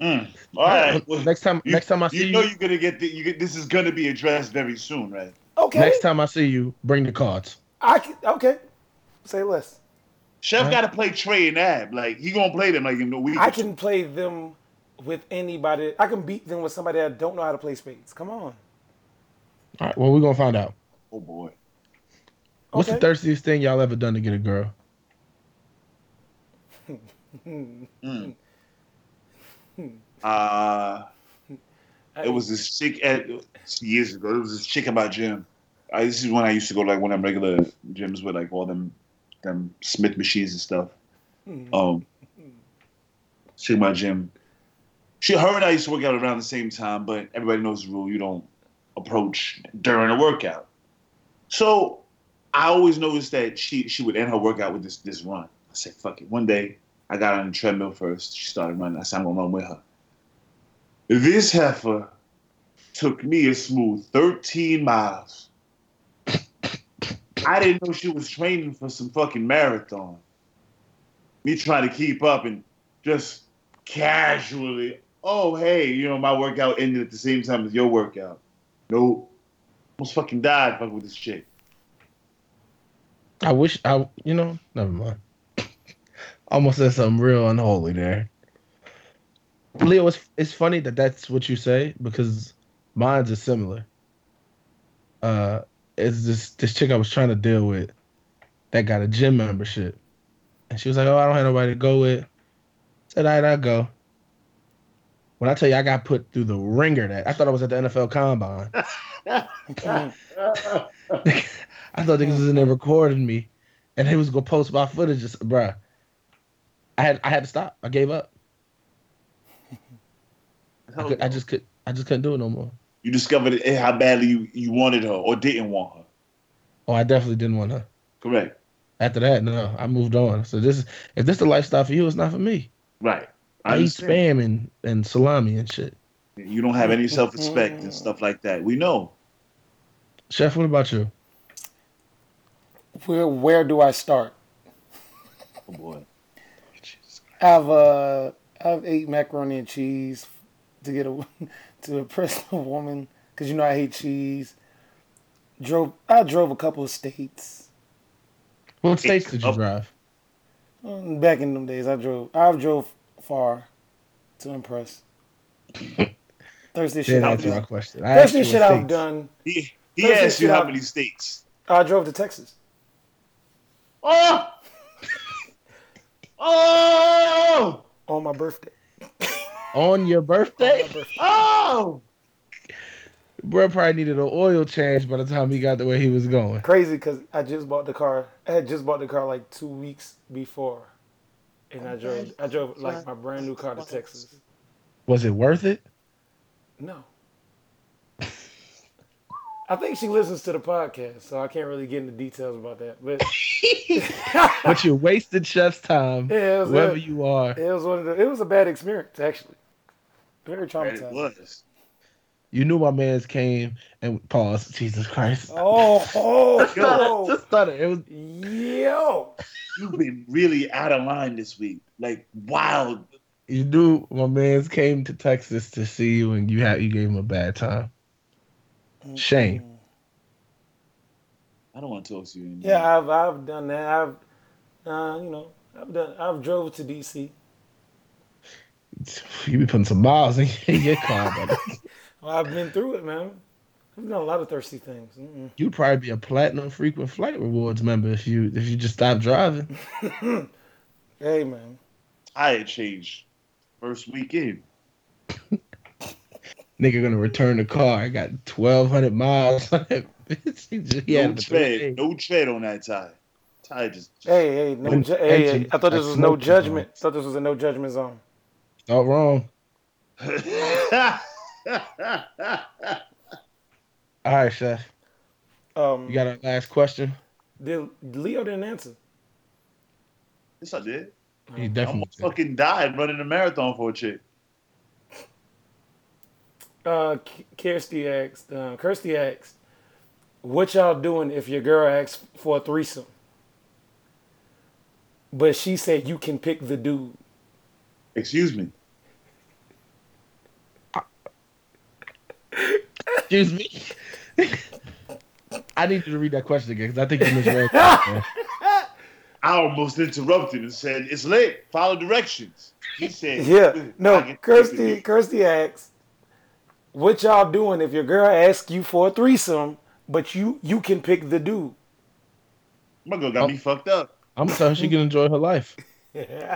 S2: Mm, All right. well,
S3: Uh, Next time,
S2: you-
S3: next time I
S2: you
S3: see
S2: know
S3: you,
S2: you're gonna get the, you get this is gonna be addressed very soon, right?
S1: Okay,
S3: next time I see you, bring the cards.
S1: I can, okay. Say less.
S2: Chef
S3: Huh?
S2: gotta play Trey and Ab. Like he gonna play them like in the week.
S1: I can play them with anybody. I can beat them with somebody that don't know how to play spades. Come on.
S3: All right. Well, we're gonna find out.
S2: Oh boy.
S3: What's the
S1: Okay.
S3: thirstiest thing y'all ever done to get a girl?
S2: Mm. Uh
S1: Hey.
S2: it was this chick at years ago. It was this chick at my gym. I, this is when I used to go like one of them regular gyms with like all them them Smith machines and stuff. Um, chick at my gym. She, her and I used to work out around the same time, but everybody knows the rule: you don't approach during a workout. So I always noticed that she she would end her workout with this this run. I said, "Fuck it." One day, I got on the treadmill first. She started running. I said, "I'm gonna run with her." This heifer took me a smooth 13 miles. I didn't know she was training for some fucking marathon. Me trying to keep up and just casually, oh, hey, you know, my workout ended at the same time as your workout. Nope. Almost fucking died fucking with this chick.
S3: I wish I, you know, never mind. Almost said something real unholy there. Leo, it's, it's funny that that's what you say because mine's is similar. Uh, it's this this chick I was trying to deal with that got a gym membership, and she was like, "Oh, I don't have nobody to go with." I said, "All right, I'll go." When I tell you, I got put through the ringer. That I thought I was at the NFL Combine.
S1: Hmm.
S3: I thought niggas was in there recording me, and they was gonna post my footage. Just bruh, I had I had to stop. I gave up. I, could,
S2: Oh.
S3: I just could I just couldn't do it no more.
S2: you discovered eh, how badly you, you wanted her or didn't want her.
S3: Oh, I definitely didn't want to.
S2: Correct.
S3: After that, no, I moved on. So this is if this the lifestyle for you, it's not for me.
S2: Right.
S3: I, eat
S2: understand.
S3: spam and, and salami and shit.
S2: You don't have any self respect
S1: Mm-hmm.
S2: and stuff like that. We know.
S3: Chef, what about you?
S1: Where where do I start?
S2: Oh boy.
S1: I've uh I've ate macaroni and cheese to get a to impress a woman because you know I hate cheese. Drove I drove a couple of states
S3: What states did you drive?
S1: Um, back in them days. I drove I've drove far to impress. Thursday shit
S3: Didn't
S1: I've
S3: answer my
S1: done.
S3: question. I asked you
S1: Thursday shit
S3: what
S1: I've
S3: states.
S1: done.
S2: He,
S1: Let's
S2: he
S1: just
S2: asked you
S1: get
S2: how
S1: out.
S2: many states.
S1: I drove to Texas.
S2: Oh! Oh!
S1: on my birthday.
S3: On your
S1: On
S3: birthday,
S1: my birthday.
S2: Oh!
S3: bro probably needed an oil change by the time he got to where he was going.
S1: Crazy because I just bought the car. I had just bought the car like two weeks before, and I drove. I drove like my brand new car to Texas.
S3: Was it worth it?
S1: No. I think she listens to the podcast, so I can't really get into details about that. But
S3: But you wasted Chef's time
S1: yeah, it was,
S3: wherever
S1: it,
S3: you are.
S1: was one of the, it was a bad experience actually. Very
S2: It
S1: traumatizing.
S2: was.
S3: You knew my man's came and paused. Jesus Christ.
S1: Oh, oh,
S3: Just stutter. It was
S1: yo,
S2: You've been really out of line this week. Like, wild.
S3: you knew my man's came to Texas to see you and you had you gave him a bad time.
S1: yo.
S3: Shame.
S2: I don't want to talk to you anymore.
S1: Yeah, I've I've done that. I've uh, you know, I've done I've drove to DC.
S3: You be putting some miles in your car, brother.
S1: Well, I've been through it, man. I've done a lot of thirsty things. Mm-mm.
S3: You'd probably be a platinum frequent flight rewards member if you if you just stopped driving.
S1: Hey, man.
S2: Tire change. First weekend.
S3: Nigga gonna return the car. I got twelve hundred miles on it. Bitch, he just- he
S2: No
S3: had it for three
S2: tread.
S3: days.
S2: No tread on that tire. Tire just.
S1: Hey, hey, no.
S3: When
S1: Ju- hey, hey,
S3: engine-
S1: I thought this
S3: I
S1: was no
S3: smoked it,
S1: judgment. I thought this was a no judgment zone.
S3: Not wrong. All right, chef.
S1: Um,
S3: You got our last question.
S1: did, Leo didn't answer.
S2: yes, I did.
S3: He
S2: I
S3: definitely.
S2: almost fucking died running a marathon for a chick.
S1: Uh, K- Kirsty asked. Uh, Kirsty asked, "What y'all doing if your girl asks for a threesome?" But she said you can pick the dude.
S2: Excuse me.
S3: Excuse me. I need you to read that question again because I think you misread. it.
S2: I almost interrupted and said, "It's late. Follow directions." He said,
S1: Yeah,
S2: I
S1: no,
S2: can-
S1: Kirsty. Kirsty asks, "What y'all doing if your girl asks you for a threesome, but you you can pick the dude?"
S2: My girl got
S1: Oh.
S2: me fucked up.
S3: I'm telling her she can enjoy her life. I'm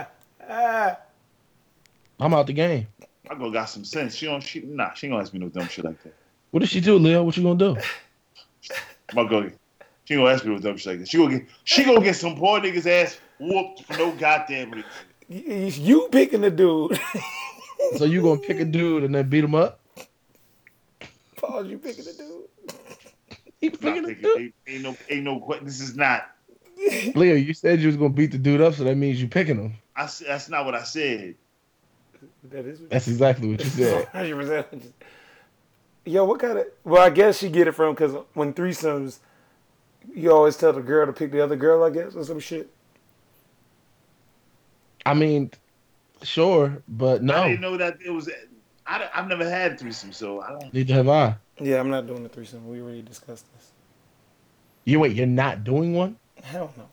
S3: out the game.
S2: My girl got some sense. She don't. She nah. She ain't gonna ask me no dumb shit like that.
S3: What did she do, Leo? What you gonna do?
S2: My girl, she ain't gonna ask me no dumb shit like that. She gonna get. She gonna get some poor niggas ass whooped for no goddamn reason.
S1: Y- You picking the dude.
S3: So you gonna pick a dude and then beat him up?
S1: Paul, you picking the dude.
S3: He
S2: Nah,
S3: picking a
S2: nigga,
S3: dude.
S2: ain't, ain't no. Ain't no. que- This is not.
S3: Leo, you said you was gonna beat the dude up, so that means you picking him.
S2: I, s- that's not what I said.
S1: That is what
S3: That's exactly what you said.
S1: Hundred percent. Yo, what kind of? Well, I guess she get it from because when threesomes, you always tell the girl to pick the other girl. I guess or some shit.
S3: I mean, sure, but
S2: I
S3: no.
S2: didn't know that it was. I, don't- I've never had threesome, so I don't.
S3: Neither have I.
S1: Yeah, I'm not doing the threesome. We already discussed this.
S3: You wait. You're not doing one.
S1: Hell no.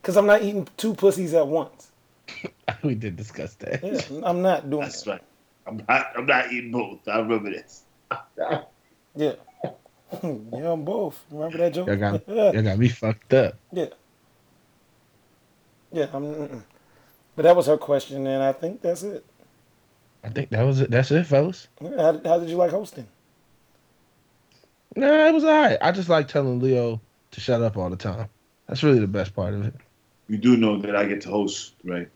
S1: Because I'm not eating two pussies at once.
S3: We did discuss that.
S1: Yeah, I'm not doing
S2: That's
S1: that.
S2: right. I'm not. I'm not eating both. I remember this.
S1: Yeah. yeah, I'm both. Remember that joke?
S3: Y'all got, y'all got me fucked up.
S1: yeah. Yeah, I'm, mm-mm. but that was her question, and I think that's it.
S3: I think that was it. That's it, fellas.
S1: Yeah, How, how did you like hosting?
S3: Nah, it was all right. I just like telling Leo to shut up all the time. That's really the best part of it.
S2: You do know that I get to host, right?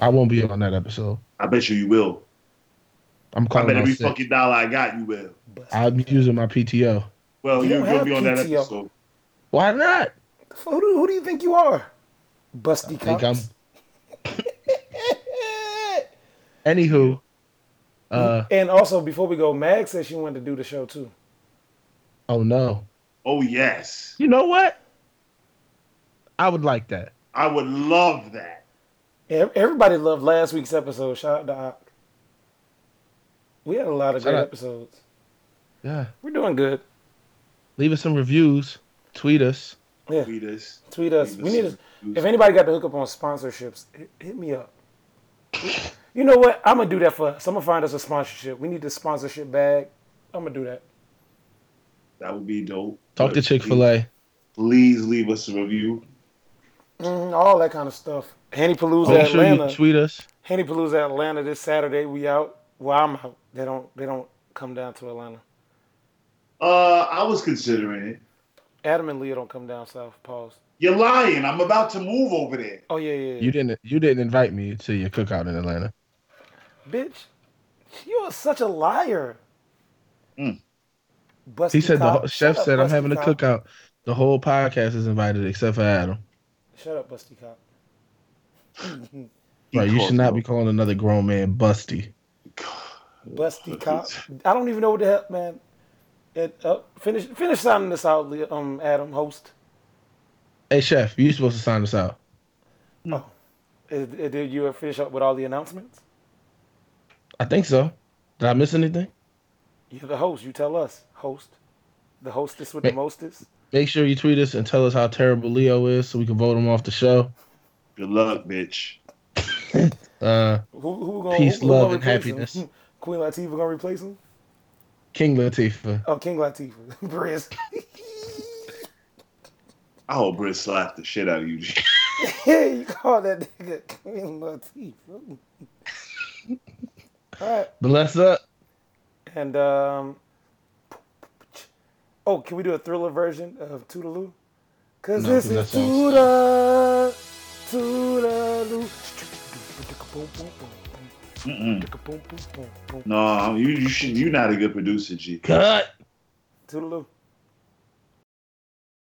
S3: I won't be on that episode.
S2: I bet you you will.
S3: I'm
S2: I
S3: calling
S2: bet
S3: out
S2: every
S3: sick.
S2: fucking dollar I got, you will.
S3: I'm using my PTO.
S2: Well,
S1: You
S2: you
S1: don't
S2: will
S1: have
S2: be on that
S1: PTO.
S2: episode.
S3: Why not?
S1: Who do, who do you think you are? Busty
S3: Think I'm.
S1: cops.
S3: Anywho, uh,
S1: and also, before we go, Mag said she wanted to do the show too.
S3: oh no.
S2: Oh yes,
S3: You know what? I would like that.
S2: I would love that.
S1: Ev- Everybody loved last week's episode. Shout out to Ock. We had a lot of
S3: Shout
S1: great
S3: out.
S1: episodes.
S3: Yeah.
S1: We're doing good.
S3: Leave us some reviews. Tweet us.
S1: Yeah.
S2: Tweet us.
S1: Tweet us. We need.
S2: us.
S1: to- If anybody got the hookup on sponsorships, hit, hit me up. You know what? I'm gonna do that for us. I'm gonna find us a sponsorship. We need the sponsorship bag. I'm gonna do that.
S2: That would be dope.
S3: Talk
S2: But
S3: to Chick Fil A.
S2: Please please leave us a review.
S1: Mhm, all that kind of stuff. Hanny Palooza
S3: Make Oh, sure
S1: Atlanta.
S3: you tweet us.
S1: Henny Palooza Atlanta this Saturday. We out. Well, I'm out. They don't. They don't come down to Atlanta.
S2: Uh, I was considering it.
S1: Adam and Leah don't come down south. Pause.
S2: You're lying. I'm about to move over there.
S1: Oh yeah, yeah. yeah.
S3: You didn't. You didn't invite me to your cookout in Atlanta.
S1: bitch, you are such a liar.
S2: Mm.
S1: Busty
S3: He said the
S1: cop.
S3: whole- chef
S1: Shut up,
S3: said I'm
S1: Busty
S3: having a
S1: Cop.
S3: cookout. The whole podcast is invited except for Adam.
S1: Shut up, Busty cop.
S2: He
S3: Right, you
S2: called
S3: should not
S2: me.
S3: be calling another grown man busty.
S1: Busty cop. I don't even know what the hell, man. It, uh, finish finish signing this out, Leo- um, Adam, host.
S3: Hey chef, you supposed to sign us out.
S1: Is- is- Did you finish up with all the announcements?
S3: I think so. Did I miss anything?
S1: You're the host. You tell us, host. The hostess with the
S3: Hey.
S1: mostest.
S3: Make sure you tweet us and tell us how terrible Leo is so we can vote him off the show.
S2: Good luck, bitch.
S3: Uh,
S1: Who who gonna
S3: Peace,
S1: who, who gonna
S3: love, and
S1: replace him?
S3: happiness.
S1: Queen Latifah gonna replace him?
S3: King Latifah.
S1: Oh, King Latifah, Briz.
S2: I hope Britt slapped the shit out of you.
S1: Yeah, you call that nigga Queen Latifah. All right,
S3: Bless up.
S1: and um, oh, can we do a thriller version of Toodaloo? Cause
S3: No,
S1: this is
S3: 'cause that song's-
S1: Tooda, Toodaloo.
S2: Mm-mm. No, you you should. You're not a good producer, G.
S3: Cut.
S1: Toodaloo.